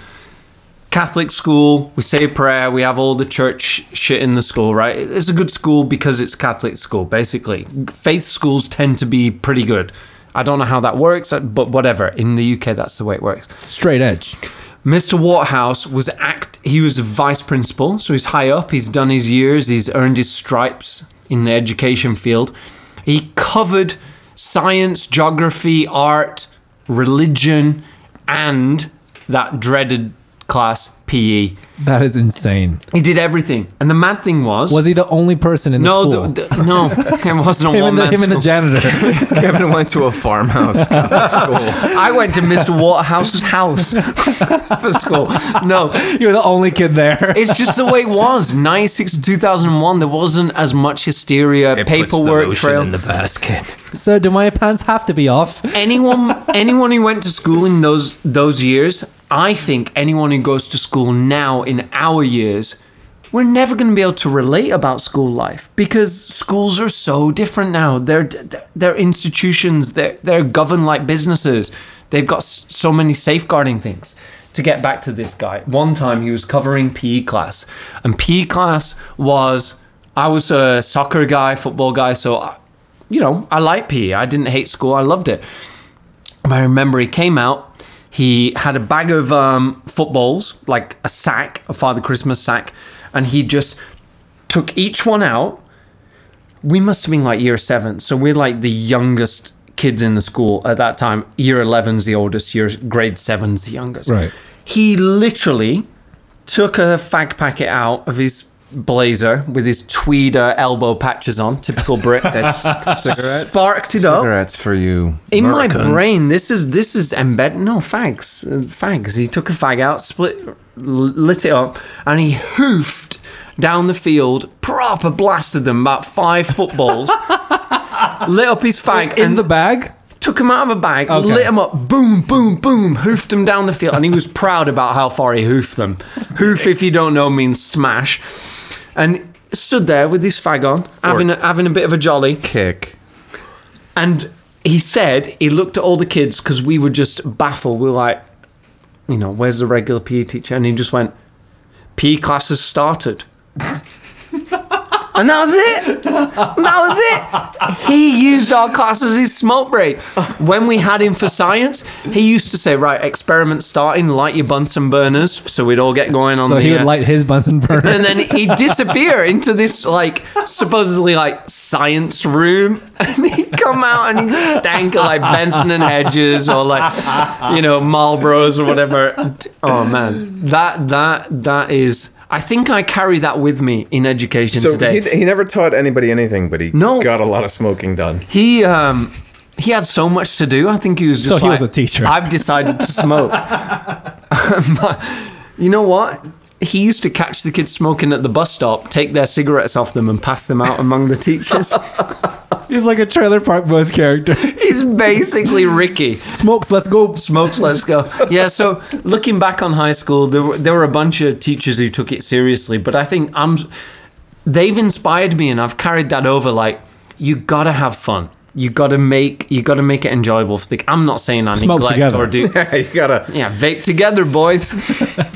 Catholic school. We say a prayer. We have all the church shit in the school, right? It's a good school because it's Catholic school, basically. Faith schools tend to be pretty good. I don't know how that works, but whatever. In the UK, that's the way it works.
Straight edge.
Mr. Waterhouse was act. He was a vice principal, so he's high up. He's done his years. He's earned his stripes in the education field. He covered science, geography, art, religion, and that dreaded class PE.
That is insane.
He did everything. And the mad thing was,
Was he the only person in the
no,
school?
the, the, no, it wasn't a
him
one
and the,
man
him and the janitor.
Kevin went to a farmhouse Catholic school.
I went to Mr. Waterhouse's house for school. No,
You're the only kid there.
it's just the way it was. 96 to 2001, there wasn't as much hysteria, paperwork trail.
basket.
so do my pants have to be off?
anyone, anyone who went to school in those those years, I think anyone who goes to school now in our years, we're never going to be able to relate about school life because schools are so different now. They're they're, they're institutions. They're they're governed like businesses. They've got s- so many safeguarding things. To get back to this guy, one time he was covering PE class, and PE class was I was a soccer guy, football guy, so I, you know, I like PE. I didn't hate school. I loved it. And I remember he came out. He had a bag of um, footballs, like a sack, a Father Christmas sack, and he just took each one out. We must have been like year seven, so we're like the youngest kids in the school at that time. Year 11's the oldest. Year grade seven's the youngest.
Right.
He literally took a fag packet out of his blazer with his tweeder elbow patches on, typical Brit.
That's cigarettes.
Sparked it up
Cigarettes for you.
Oh. in
Americans.
my brain this is this is embed no fags Uh, fags he took a fag out split l- lit it up and he hoofed down the field proper blasted them about five footballs lit up his fag
In
and
the bag?
took him out of a bag
Okay.
lit him up boom boom boom hoofed him down the field and he was proud about how far he hoofed them hoof if you don't know means smash and stood there with his fag on having a, having a bit of a jolly
Kick.
and he said he looked at all the kids because we were just baffled. We were like, you know, where's the regular PE teacher? And he just went, PE class has started. and that was it. That was it. He used our class as his smoke break. When we had him for science, he used to say, right, experiment starting, light your Bunsen burners. So we'd all get going on
So
the
he would
uh,
light his Bunsen burner.
and then he disappear into this like supposedly like science room and he come out and he stank of, like Benson and Hedges or like you know Marlboros or whatever oh man that that that is I think I carry that with me in education
So
today
he, he never taught anybody anything, but he
No.
got a lot of smoking done.
he um he had so much to do. I think he was just
So he
like,
was a teacher.
I've decided to smoke. you know what? He used to catch the kids smoking at the bus stop, take their cigarettes off them, and pass them out among the teachers.
He's like a trailer park boys character.
He's basically Ricky.
Smokes, let's go.
Smokes, let's go. Yeah, so looking back on high school, there were, there were a bunch of teachers who took it seriously, but I think I'm they've inspired me and I've carried that over like you got to have fun. You got to make you got to make it enjoyable for the I'm not saying I
Smoke
neglect
together.
or do
you gotta.
Yeah, vape together, boys.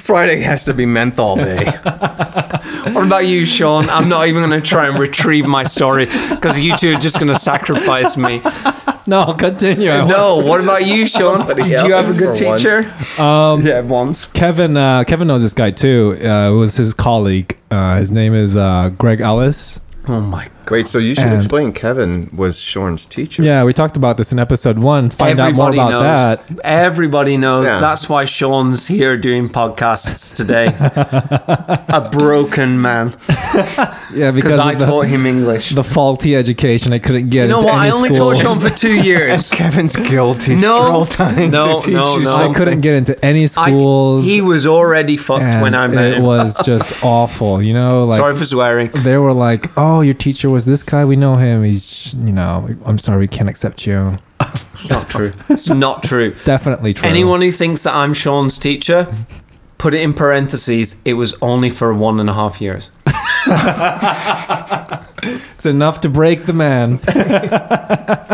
Friday has to be menthol day.
What about you, Sean? I'm not even going to try and retrieve my story because you two are just going to sacrifice me.
No, continue.
No, what about you, Sean? Did you have a good
for once.
teacher? Um, yeah, once.
Kevin, uh, Kevin knows this guy too. Uh, it was his colleague. Uh, his name is uh, Greg Ellis.
Oh my
Wait, so you
You should
And-
explain. Kevin was Sean's teacher.
Yeah, we talked about this in episode one. Find
Everybody
out more about
knows. Everybody knows.
Yeah.
That's why Sean's here doing podcasts today. a broken man.
that. Yeah, because
Because I
of the,
taught him English.
the faulty education I couldn't get.
you know
into
what?
Any
I only
schools.
taught Sean for two years.
Kevin's guilty.
No.
stroll time
No,
to teach
no,
you
no.
I
something.
couldn't get into any
I,
schools.
he was already fucked
and
when I met
it
him.
was just awful. You know, like
Sorry for swearing.
they were like, "Oh, your teacher was this guy. We know him. He's, you know, I'm sorry, we can't accept you."
It's not true. It's not true.
Definitely true.
Anyone who thinks that I'm Sean's teacher, put it in parentheses. It was only for one and a half years.
It's enough to break the man.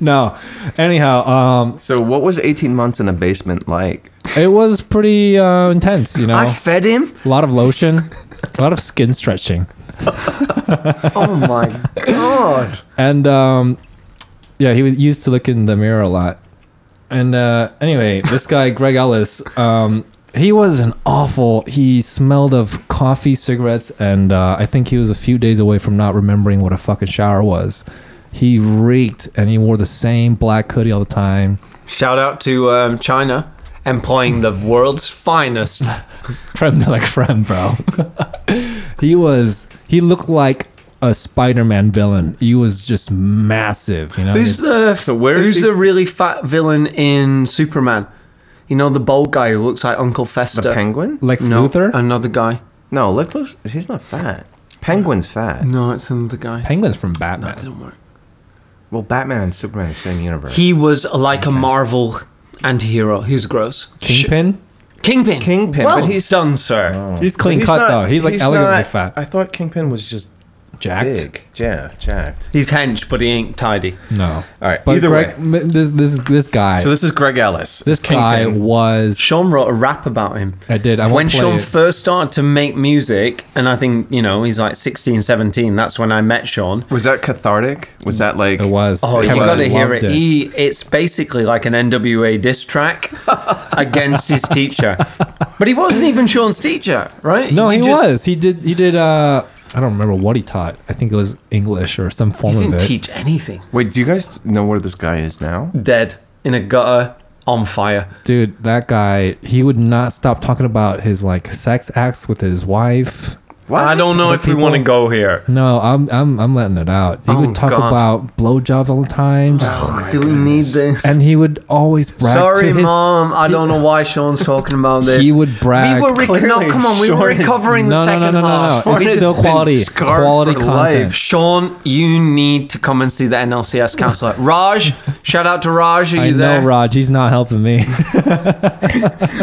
no. Anyhow, um,
So what was 18 months in a basement like?
it was pretty uh, intense, you know.
I fed him.
a lot of lotion, a lot of skin stretching.
Oh my god!
And um, yeah, he was used to look in the mirror a lot. And uh, anyway, this guy Greg Ellis, um, he was an awful. He smelled of coffee, cigarettes, and uh, I think he was a few days away from not remembering what a fucking shower was. He reeked, and he wore the same black hoodie all the time.
Shout out to um, China employing the world's finest.
Creme de la creme, bro. he was. He looked like a Spider-Man villain. He was just massive. You know,
Who's the
where is
Who's
he-
the really fat villain in Superman? You know the bald guy who looks like Uncle Fester.
The penguin?
Lex
no,
Luthor.
Another guy.
No, look, look, he's not fat. Penguin's fat.
Mm.
No, it's another guy.
Penguin's from Batman.
That didn't work.
Well, Batman and Superman are the same universe.
He was like a Marvel anti-hero. He was gross.
Kingpin.
Sh- Kingpin. Oh.
Kingpin,
Well
but he's-
done, sir.
Oh.
He's clean
But
cut
not-
though. He's like elegantly
not-
fat.
I thought Kingpin was just
Jacked?
big. Yeah, jacked.
He's hench, but he ain't tidy.
No.
All right,
But
either
Greg,
way.
m- this this this guy.
So this is Greg Ellis.
this guy was.
Sean wrote a rap about him.
I did. I won't
when
play
Sean
it.
first started to make music, and I think, you know, he's like 16, 17, that's when I met Sean.
was that cathartic? Was that like
It was.
Oh, you
Kevin
got to hear
loved
it. He, it's basically like an NWA diss track against his teacher. But he wasn't even Sean's teacher, right?
no, he
You just-
was. He did. He did. Uh, I don't remember what he taught. I think it was English or some form
He
of
didn't
it.
teach anything.
Wait, do you guys know where this guy is now?
Dead in a gutter, on fire.
Dude, that guy. He would not stop talking about his like sex acts with his wife.
I don't know
The
if we want to
people-
go here.
No, I'm I'm I'm letting it out. He
Oh,
would talk
God.
about blowjobs all the time. Just
Do we need this?
and he would always brag
Sorry,
to his
mom. I don't know why Sean's talking about this.
He would brag.
We were rec- no,
Clearly,
come on. We were
Sean is-
recovering
No,
the
no, no,
second
no, no,
half.
no.
What
It's
is-
still quality,
scarred
quality
for
content.
life.
Sean, you need to come and see the NLCS counselor. Raj, shout out to Raj. Are you
I know
there?
Raj. He's not helping me.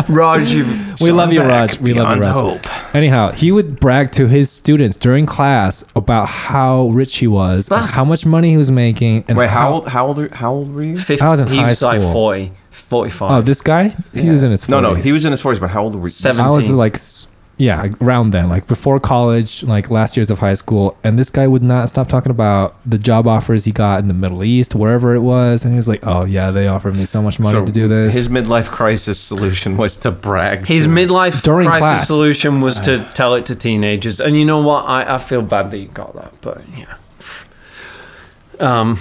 Raj, you've
we love you,
Back
Raj. We love you,
beyond
Raj.
hope.
Anyhow, he would brag to his students during class about how rich he was, and
That's-
how much money he was making, and
Wait, how old? How old? are- How old were you?
50,
I was in
he
high
was like
school.
40, 45.
Oh, this guy? He was in his 40s.
No, no, he was in his forties. But how old were you?
Seven.
I was
17.
like, s- yeah, around then, like before college, like last years of high school, and this guy would not stop talking about the job offers he got in the Middle East, wherever it was, and he was like, "Oh yeah, they offered me so much money
So
to do this."
His midlife crisis solution was to brag.
His
to-
midlife
During
crisis
class.
solution was
Uh.
to tell it to teenagers. And you know what? I, I feel bad that you got that, but yeah. Um,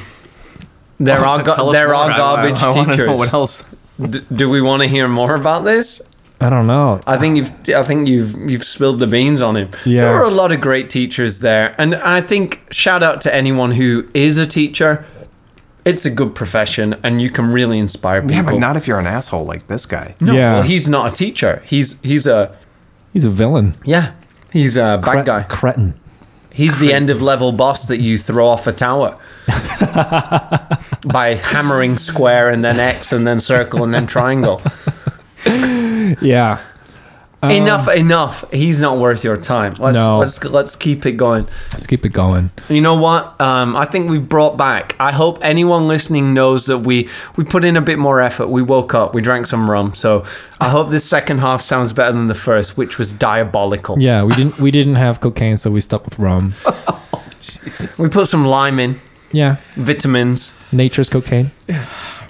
there
Oh,
are
to tell
gar-
us
there
more.
are
I- I-
garbage
I wanna know
teachers.
What else?
D- do we want to hear more about this?
I don't know.
I think you've I think you've you've spilled the beans on him.
Yeah.
There were a lot of great teachers there, and I think shout out to anyone who is a teacher. It's a good profession, and you can really inspire people.
Yeah, but not if you're an asshole like this guy.
No,
Yeah.
well, he's not a teacher. He's he's a
He's a villain,
yeah. He's a
Cret-
bad guy.
cretin.
He's the end of level boss that you throw off a tower by hammering square and then X and then circle and then triangle.
Yeah.
enough, enough. He's not worth your time. Let's
No.
let's let's keep it going.
Let's keep it going.
You know what? Um, I think we've brought back. I hope anyone listening knows that we we put in a bit more effort. We woke up, we drank some rum, so I hope this second half sounds better than the first, which was diabolical.
Yeah, we didn't we didn't have cocaine, so we stuck with rum.
We put some lime in,
Yeah,
vitamins.
nature's cocaine.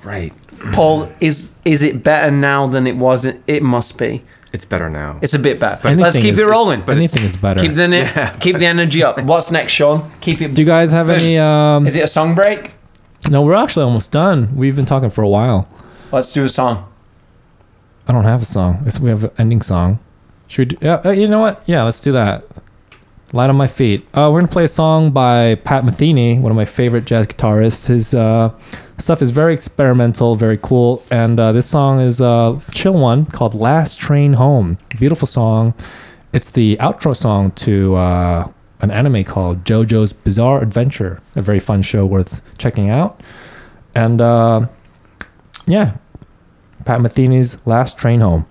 Right.
Paul, is is it better now than it was? It must be.
It's better now.
It's a bit better. Let's
Anything
keep
is-
it rolling.
But anything is better.
keep the ne- keep the energy up. What's next, Sean? Keep it.
Do you guys have any? Um,
Is it a song break?
no, we're actually almost done. We've been talking for a while.
Let's do a song.
I don't have a song. It's, we have an ending song. Should we do, yeah, uh, you know what? Yeah, let's do that. Light on my feet. Uh, we're gonna play a song by Pat Metheny, one of my favorite jazz guitarists. His uh, stuff is very experimental, very cool, and uh, this song is a chill one called "Last Train Home." Beautiful song. It's the outro song to uh, an anime called JoJo's Bizarre Adventure. A very fun show worth checking out. And uh, yeah, Pat Metheny's Last Train Home.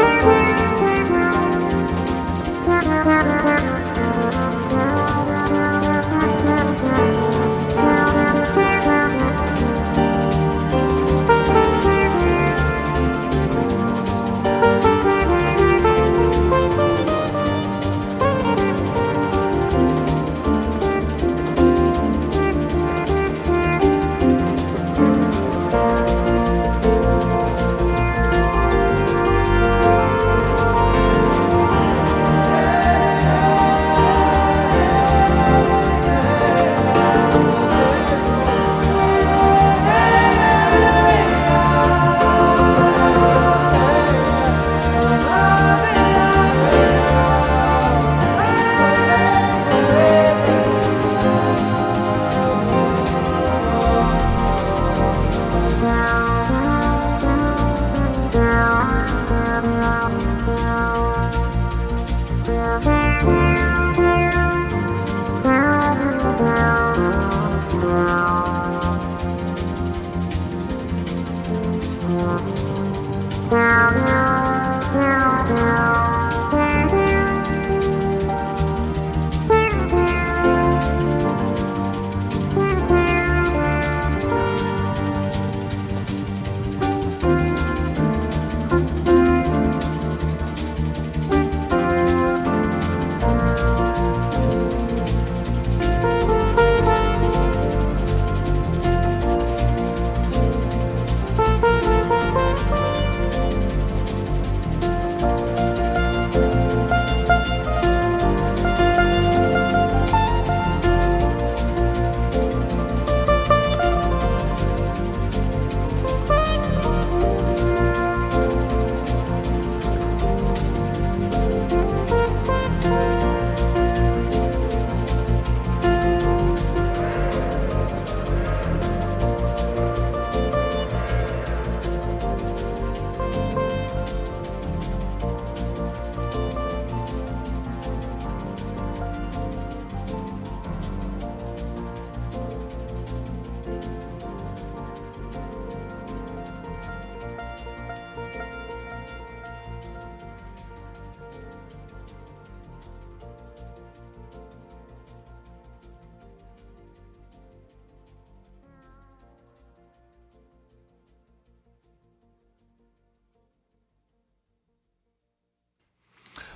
Thank you.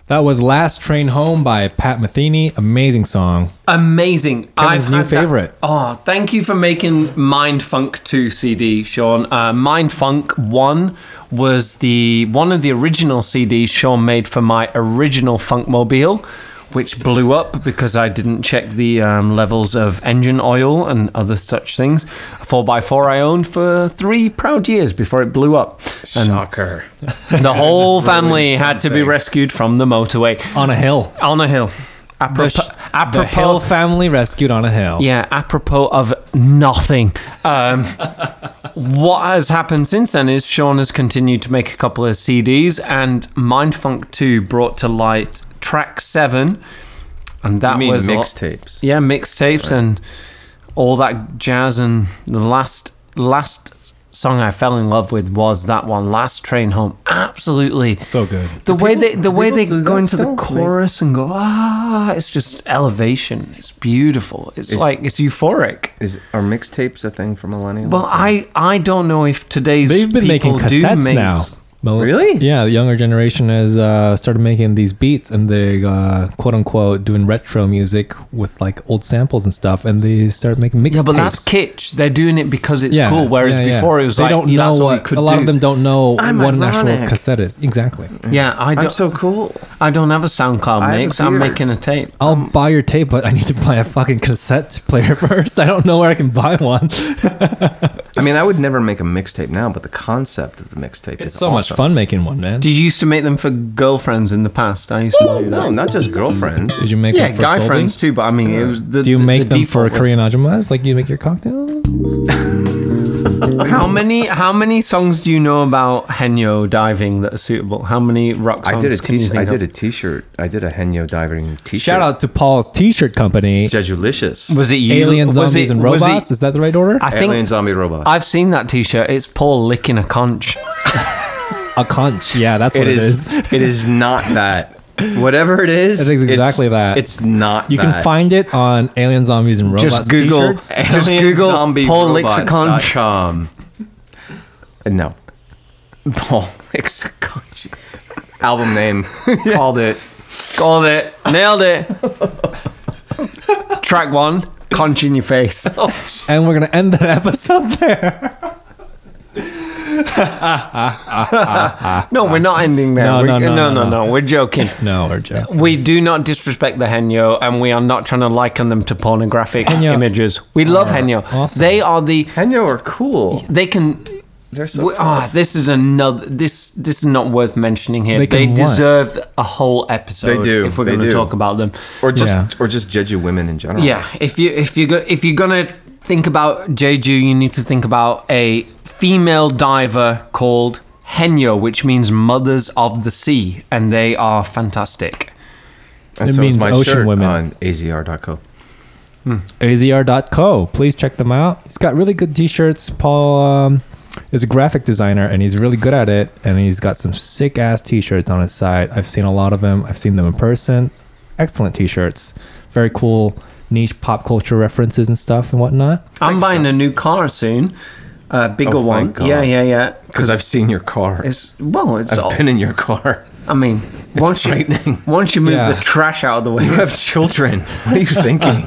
That was Last Train Home by Pat Metheny. Amazing song.
Amazing.
Kevin's new
had that-
favorite.
Oh, thank you for making Mind Funk 2 CD, Sean. Uh, Mind Funk 1 was the one of the original CDs Sean made for my original Funkmobile, which blew up because I didn't check the um, levels of engine oil and other such things. A 4x4 I owned for three proud years before it blew up. And
Shocker.
the whole family had to be rescued from the motorway
On a hill.
on a hill. Apropos,
The Hill
apropos
family rescued on a hill.
yeah, apropos of nothing. Um, what has happened since then is Sean has continued to make a couple of CDs, and Mindfunk 2 brought to light track 7. And that
I mean,
was.
mixtapes.
Yeah, mixtapes and all that jazz. And the last last song I fell in love with was that one, Last Train Home. Absolutely
So good.
the way they the way they
people do
go
that
into the
still?
chorus and go ah it's just elevation it's beautiful it's,
It's-
like it's euphoric
Is are mixtapes a thing for millennials?
well i i don't know if today's
They've been making
people do
cassettes
make-
now. Well,
Really?
Yeah, the younger generation has uh, started making these beats and they uh, quote unquote doing retro music with like old samples and stuff, and they start making mixtapes.
yeah but that's kitsch they're doing it because it's
Yeah,
cool whereas
yeah, yeah.
before it was
they
like
don't
yeah,
know
that's what,
what
we could
a lot
do.
of them don't know
I'm
what an actual
ironic.
cassette is exactly.
yeah i
I'm
don't
so cool.
i don't have a soundcloud
I have a
mix i'm
beer.
making a tape
I'll buy your tape, but I need to buy a fucking cassette player first. I don't know where I can buy one.
I mean, I would never make a mixtape now, but the concept of the mixtape is
It's so much
awesome.
fun making one, man.
did you used to make them for girlfriends in the past i used to do that
No, not just girlfriends.
Did you make
yeah
them for
guy
Solving?
friends too but i mean it was the
Do you
the- the
make them for
default was-
Korean ajumas? Like you make your cocktail?
How many how many songs do you know about henyo diving that are suitable? How many rock songs
I did a
can you
t-
think
I did a
of?
t-shirt. I did a Henyo diving t-shirt.
Shout out to Paul's T-shirt company.
Jedulicious.
Was it you?
Alien
was
zombies
it-
and
was it-
robots. Is that the right order?
I think
Alien zombie robot.
I've seen that T-shirt. It's Paul licking a conch.
a conch. Yeah, that's what
it is. it is not that. Whatever it is,
It is exactly that.
It's not.
You can
that.
find it on Alien Zombies and Robots
Just Google
T-shirts.
Just Google Paul licks a conch.
Lexicon. Uh, No. Paul licks a conch. Album name. Called it.
Called it. Nailed it. Track one. Conch in your face.
And we're gonna end that episode there.
No, we're not ending there.
No,
We're-
no, no,
no,
no, no.
no. We're joking.
No, or Joe.
We do not disrespect the henyo, and we are not trying to liken them to pornographic
Henyo
images. We love henyo.
awesome.
They are the
Henyo are cool.
they can.
They're so
we- ah, this is another. This this is not worth mentioning here.
They
They,
can what?
deserve a whole episode.
They do,
If we're
they
going to
do.
talk about them,
Or just
Yeah.
or just Jeju women in general.
yeah. If you if you go, if you're gonna think about Jeju, you need to think about a female diver called Henyo, which means mothers of the sea, and they are fantastic.
And
It
so
means
is my
ocean
shirt
women.
on azr.co.
AZR.co. Please check them out. He's got really good T-shirts. Paul um, is a graphic designer and he's really good at it. And he's got some sick ass T-shirts on his site. I've seen a lot of them. I've seen them in person. Excellent T-shirts. Very cool niche pop culture references and stuff and whatnot.
I'm buying a new car soon, a bigger
Oh,
one.
thank God.
Yeah, yeah, yeah.
Because I've seen your car.
it's well, it's. all-
I've been in your car.
I mean, once you
frightening.
once you move
Yeah.
the trash out of the way,
You have children. What are you thinking?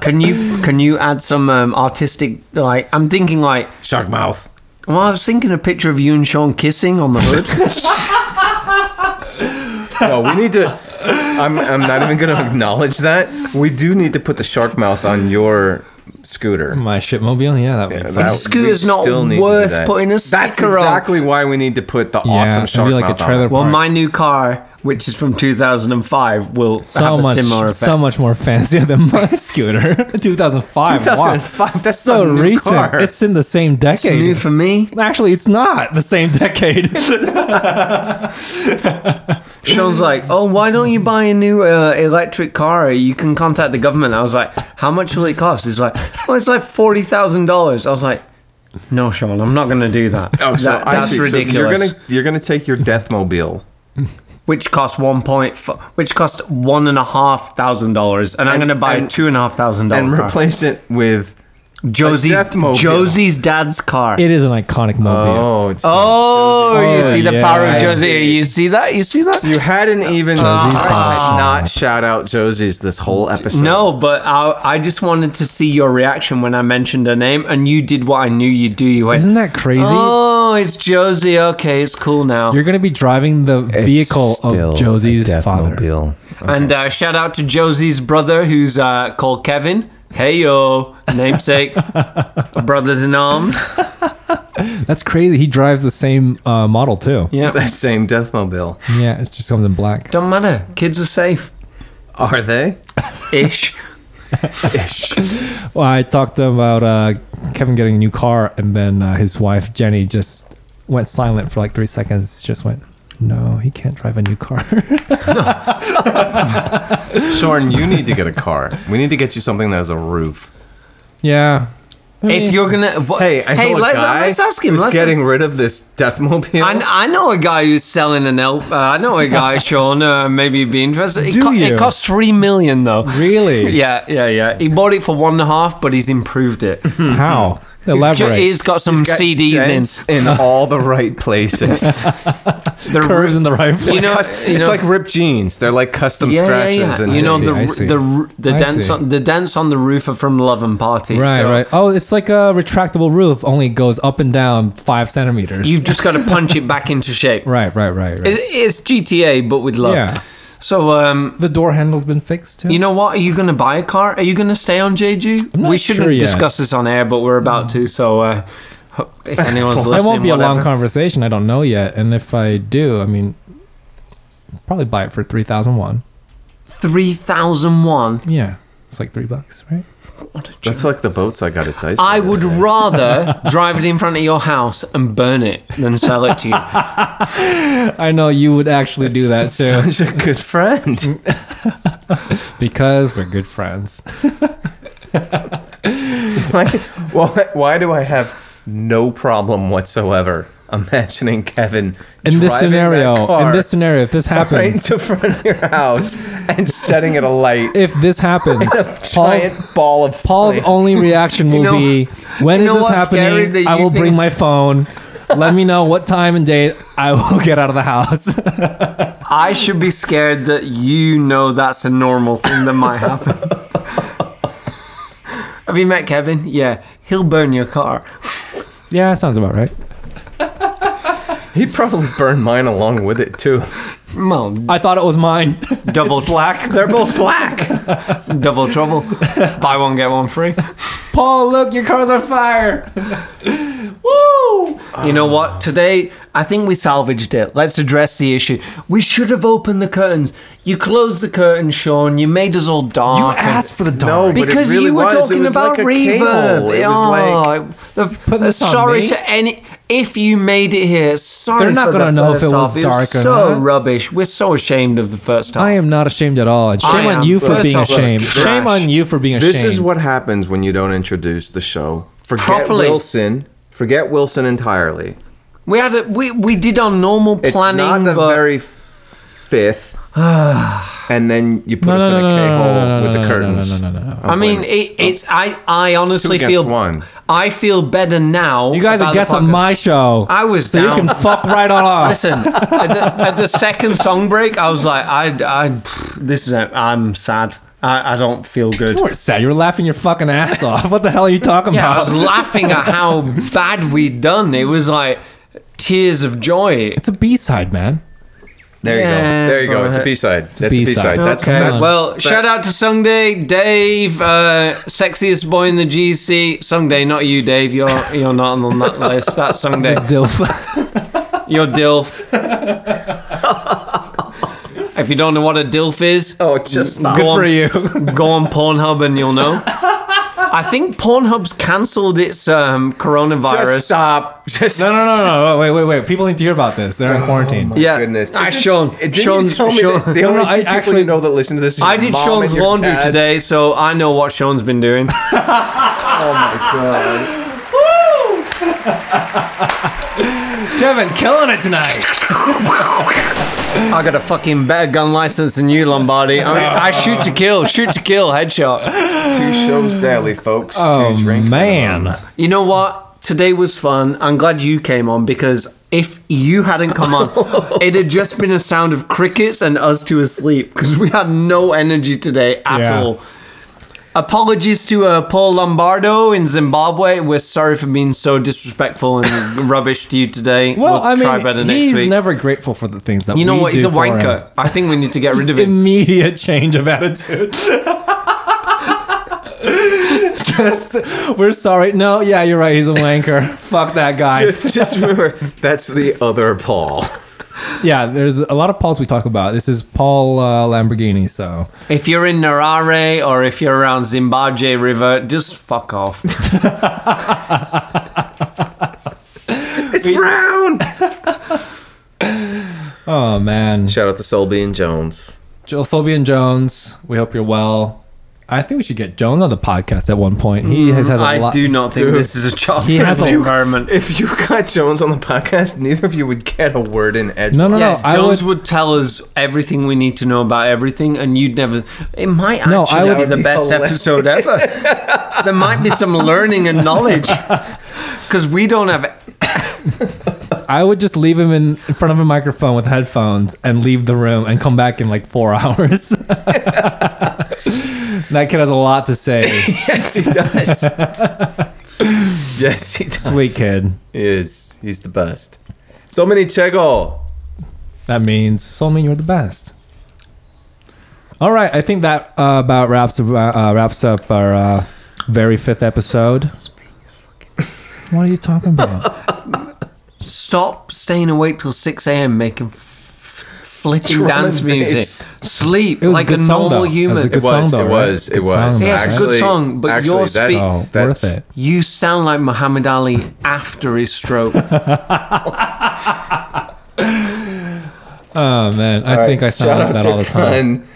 can you can you add some um, artistic? Like, I'm thinking like.
Shark mouth.
Well, I was thinking a picture of you and Sean kissing on the hood.
No, we need to. I'm, I'm not even going to acknowledge that. We do need to put the shark mouth on your scooter.
My shitmobile. Yeah, that would be
That-
fun.
we
scooter's not
still need to do
worth
that.
putting a
That's
sticker on.
exactly why we need to put the
it'd
awesome
be
shark
like a
mouth on.
trailer-
it.
well,
Right.
my new car, which is from 2005, will
so
have a
much,
similar effect.
so much more fancier than my scooter. 2005.
2005. That's
So
not a new
recent.
car.
It's in the same decade.
New for me.
Actually, it's not the same decade.
Sean's like, "Oh, why don't you buy a new uh, electric car? You can contact the government." I was like, "How much will it cost?" He's like, "Well, it's like forty thousand dollars." I was like, "No, Sean, I'm not going to do that.
Oh, so
That-
I
that's
see. So
ridiculous."
you're gonna you're gonna take your death mobile.
Which cost one point, f- which cost one and a half thousand dollars, and I'm
And-
going to buy
and-
a two and a half thousand
and
dollar car.
replace it with
Josie's
Deathmobile.
Josie's dad's car.
It is an iconic mobile.
Oh, it's
oh, you
Oh,
see the power
yeah.
of Josie. You see that? You see that?
You hadn't even
Josie's
I
hot.
had not shout out Josie's this whole episode.
No, but I, I just wanted to see your reaction when I mentioned her name, and you did what I knew you'd do. You went,
Isn't that crazy?
Oh, it's Josie. Okay, it's cool now.
You're gonna be driving the vehicle of Josie's father.
And uh, shout out to Josie's brother, who's uh, called Kevin. Hey yo, namesake, brothers in arms.
That's crazy. He drives the same uh, model too.
Yeah,
The same Deathmobile.
Yeah, it just comes in black.
don't matter. Kids are safe.
Are they?
Ish.
Well, I talked about uh, Kevin getting a new car, and then uh, his wife Jenny just went silent for like three seconds. Just went, "No, he can't drive a new car."
Soren, you need to get a car. We need to get you something that has a roof.
yeah.
If you're gonna, what,
Hey, I know a
let's, uh,
guy
let's ask him.
who's
Let's
getting rid of this Deathmobile.
I, I know a guy who's selling an L. Uh, I know a guy, Sean. Uh, maybe you'd be interested. It,
Do you?
it costs three million though.
Really?
Yeah, yeah, yeah. He bought it for one and a half, but he's improved it.
How?
He's, ju-
Elaborate.
he's got some
Got
CDs
dents in all the right places.
in. They're
curves in the right place.
You know,
Cus-
you
it's
know-
like ripped jeans. They're like custom
yeah, yeah,
scratches.
yeah.
And
you know
I
the
see, I
r-
see.
the r- the
I
dents
see.
on the dents on the roof are from Love and Party.
Right,
so
right. Oh, it's like a retractable roof, only it goes up and down five centimeters.
You've just got to punch it back into shape.
right, right, right, right.
It, it's GTA, but with love.
yeah.
So, um,
The door handle's been fixed too.
you know what? Are you going to buy a car? Are you going to stay on JG?
I'm not
we shouldn't
sure yet. Mm.
discuss this on air, but we're about to. So, uh, ho- if anyone's listening,
it won't be a long
whatever.
conversation. I don't know yet, and if I do, I mean, probably buy it for three thousand one.
Three thousand one.
Yeah, it's like three bucks, right?
That's like the boats I got at Dice.
I would
World.
rather drive it in front of your house and burn it than sell it to you.
I know you would actually do that too
Such a good friend.
because we're good friends.
why, why, why do I have no problem whatsoever imagining Kevin
In this
driving that
scenario, in
car
this scenario, if this
right
happens,
into front of your house and setting it alight?
if this happens, Paul's
Giant ball of
Paul's
flame.
only reaction will
know-
be, "When is
you know
this
what's scary
happening?
that
I
you
will
think-
bring my phone. Let me know what time and date. I will get out of the house."
I should be scared that you know that's a normal thing that might happen. Have you met Kevin? Yeah, he'll burn your car.
yeah, that sounds about right.
He probably burned mine along with it too.
Well,
I thought it was mine.
double black. They're both black. double trouble. Buy one get one free.
Paul, look, your car's on fire.
Woo! You know what? Today, I think we salvaged it. Let's address the issue. We should have opened the curtains. You closed the curtain, Sean. You made us all dark.
You
and-
asked for the
No,
dog.
but it
because
really
you were
was. It
talking
was
about
like a
reverb.
cable. It was
Oh, the-
this on
sorry
me.
to any. If you made it here, sorry.
They're not
for
gonna
the
know if
first
it was
half.
dark or
so
not.
rubbish. We're so ashamed of the first time.
I am not ashamed at all. And
I
shame
am.
on you for
First
being
off,
ashamed.
trash.
Shame on you for being ashamed.
This is what happens when you don't introduce the show. Forget
Properly.
Wilson. Forget Wilson entirely.
We had a, we we did our normal
It's
planning,
not the
but
very fifth. and then you put
No,
us
no, no,
in a
no, no,
K-hole
no, no,
with
no,
the
no, no,
curtains.
no, no, no, no, no.
I mean, it, it's I I honestly
against
feel
one.
I feel better now.
You guys
about
are
the
guests on
podcast.
my show.
I was
so
down.
you can fuck right on off.
Listen, at the, at the second song break, I was like, I, I pfft, this is a, I'm sad. I, I don't feel good.
You weren't sad. You were laughing your fucking ass off. What the hell are you talking
Yeah, I
about?
was laughing at how bad we'd done. It was like tears of joy.
it's a B side, man.
There you
Yeah,
go. There you go. It's a
but-
B-side. That's a
B-side.
B-side. That's,
Okay.
Uh,
that's
Well, shout out to Sunday, Dave, uh, sexiest boy in the GC. Sunday, not you, Dave. You're you're not on that list. That's Sunday.
Dilf.
You're Dilf. if you don't know what a Dilf is,
Oh, just stop.
go on,
for you.
go on Pornhub and you'll know. I think Pornhub's cancelled its um, coronavirus.
Just stop. Just
No, no, no, no, no. Wait, wait, wait. People need to hear about this. They're in quarantine.
yeah,
Goodness.
Ah,
Isn't-
Sean,
Didn't
Sean,
you tell me
Sean.
that the
No,
only
no,
two
I
people
actually-
you know that listen to this is your
I did
mom
Sean's
and your
laundry
dad?
today, so I know what Sean's been doing.
Kevin, killing it tonight.
I got a fucking better gun license than you, Lombardi. I, mean, I shoot to kill, shoot to kill, headshot.
Two shows daily, folks.
Oh
to drink
man,
You know what? Today was fun. I'm glad you came on because if you hadn't come on, it had just been a sound of crickets and us two asleep because we had no energy today at
Yeah.
all. Apologies to uh, Paul Lombardo in Zimbabwe. We're sorry for being so disrespectful and rubbish to you today.
well, I
try
mean,
better next
he's
week.
never grateful for the things that
you know
we
what? He's
do
a
for him.
wanker. I think we need to get rid of him.
immediate change of attitude. Just, we're sorry. No, yeah, you're right. He's a wanker. Fuck that guy.
Just, just remember, that's the other Paul.
yeah, there's a lot of Pauls we talk about. This is Paul uh, Lamborghini. So
If you're in Narare or if you're around Zimbabwe River, just fuck off.
It's brown.
oh man,
Shout out to Soul Bean Jones.
Joel Solby and Jones. We hope you're well. I think we should get Jones on the podcast at one point. He has, has a
Mm, I
lot.
do not think
Dude.
this is a job
He has a-
environment.
If you got Jones on the podcast, neither of you would get a word in edge.
No, no,
Yeah,
no. I
Jones
would,
would, tell us everything we need to know about everything, and you'd never. It might actually
No, I
be
would-
the best
Hilarious.
episode ever. there might be some learning and knowledge because we don't have.
I would just leave him in, in front of a microphone with headphones and leave the room and come back in like four hours. that kid has a lot to say.
yes, he does. yes, he does.
Sweet kid.
He is. He's the best. So many Chego.
That means so mean you're the best. All right, I think that uh, about wraps ab- uh, wraps up our uh, very fifth episode. What are you talking about?
Stop staying awake till six a.m. making f- flipping
Drum
dance
and
music.
bass.
Sleep
It was
like
a
a,
good song,
normal
though. It was
human.
a good-
It was.
song, though,
it
right?
was. It
Good
was.
song, though,
Yeah, it's a good
Actually-
song, but
actually,
your
that-
speech-
Oh,
that's-
worth it.
you sound like Muhammad Ali after his stroke.
Oh man, I think I sound like that all the time.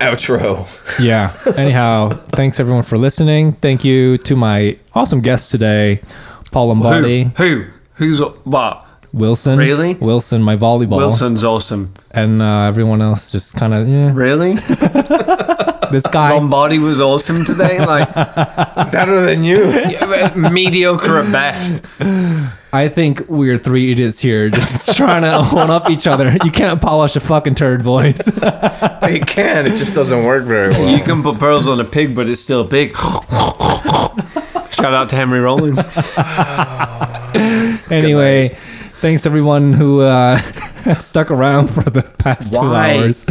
Outro.
Yeah. Anyhow, thanks everyone for listening. Thank you to my awesome guests today, Paul
who?
Lombardi,
Who? Who's what?
Wilson,
Really?
Wilson, my volleyball,
Wilson's awesome.
and uh, everyone else. Just kind of yeah.
Really?
this guy.
Lombardi was awesome today. Like
Better than you.
Yeah, but mediocre at best.
I think we're three idiots here just trying to one up each other. You can't polish a fucking turd voice.
They can. It just doesn't work very well.
You can put pearls on a pig, but it's still a pig. Shout out to Henry Rollins.
anyway, thanks everyone who uh, stuck around for the past two
Why?
hours.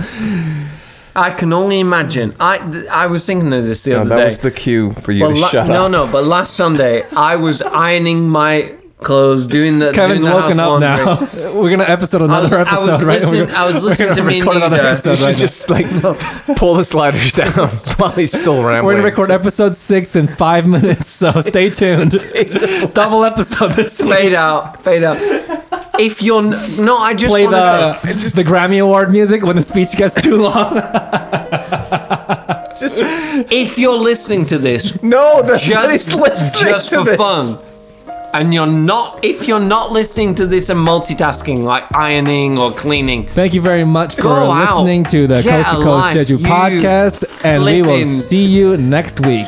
I can only imagine. I th- I was thinking of this the
No,
other
that
day.
was the cue for you
Well,
to
la-
shut
no,
up.
no, but last Sunday I was ironing my clothes, doing the
Kevin's
doing the
woken up
house
now.
laundry.
We're gonna episode
I was,
another
I was
episode, right? We're
listening.
gonna-
I was
we're
listening
gonna
to me
record
and
another
Ninja.
episode
You should
right now.
just like pull the sliders down while he's still rambling.
We're gonna record episode six in five minutes, so stay tuned. Double episode this week.
Fade out, fade out. If you're n- no, I just
Play
want to
the uh, the Grammy Award music when the speech gets too long.
say, if you're listening to this,
No, the
just, just for fun. And you're not, if you're not listening to this and multitasking, like ironing or cleaning,
Thank you very much for
Go out.
listening to the
Get
Coast to Coast
alive,
Jeju
you
podcast, and we will
flippin'
see you next week.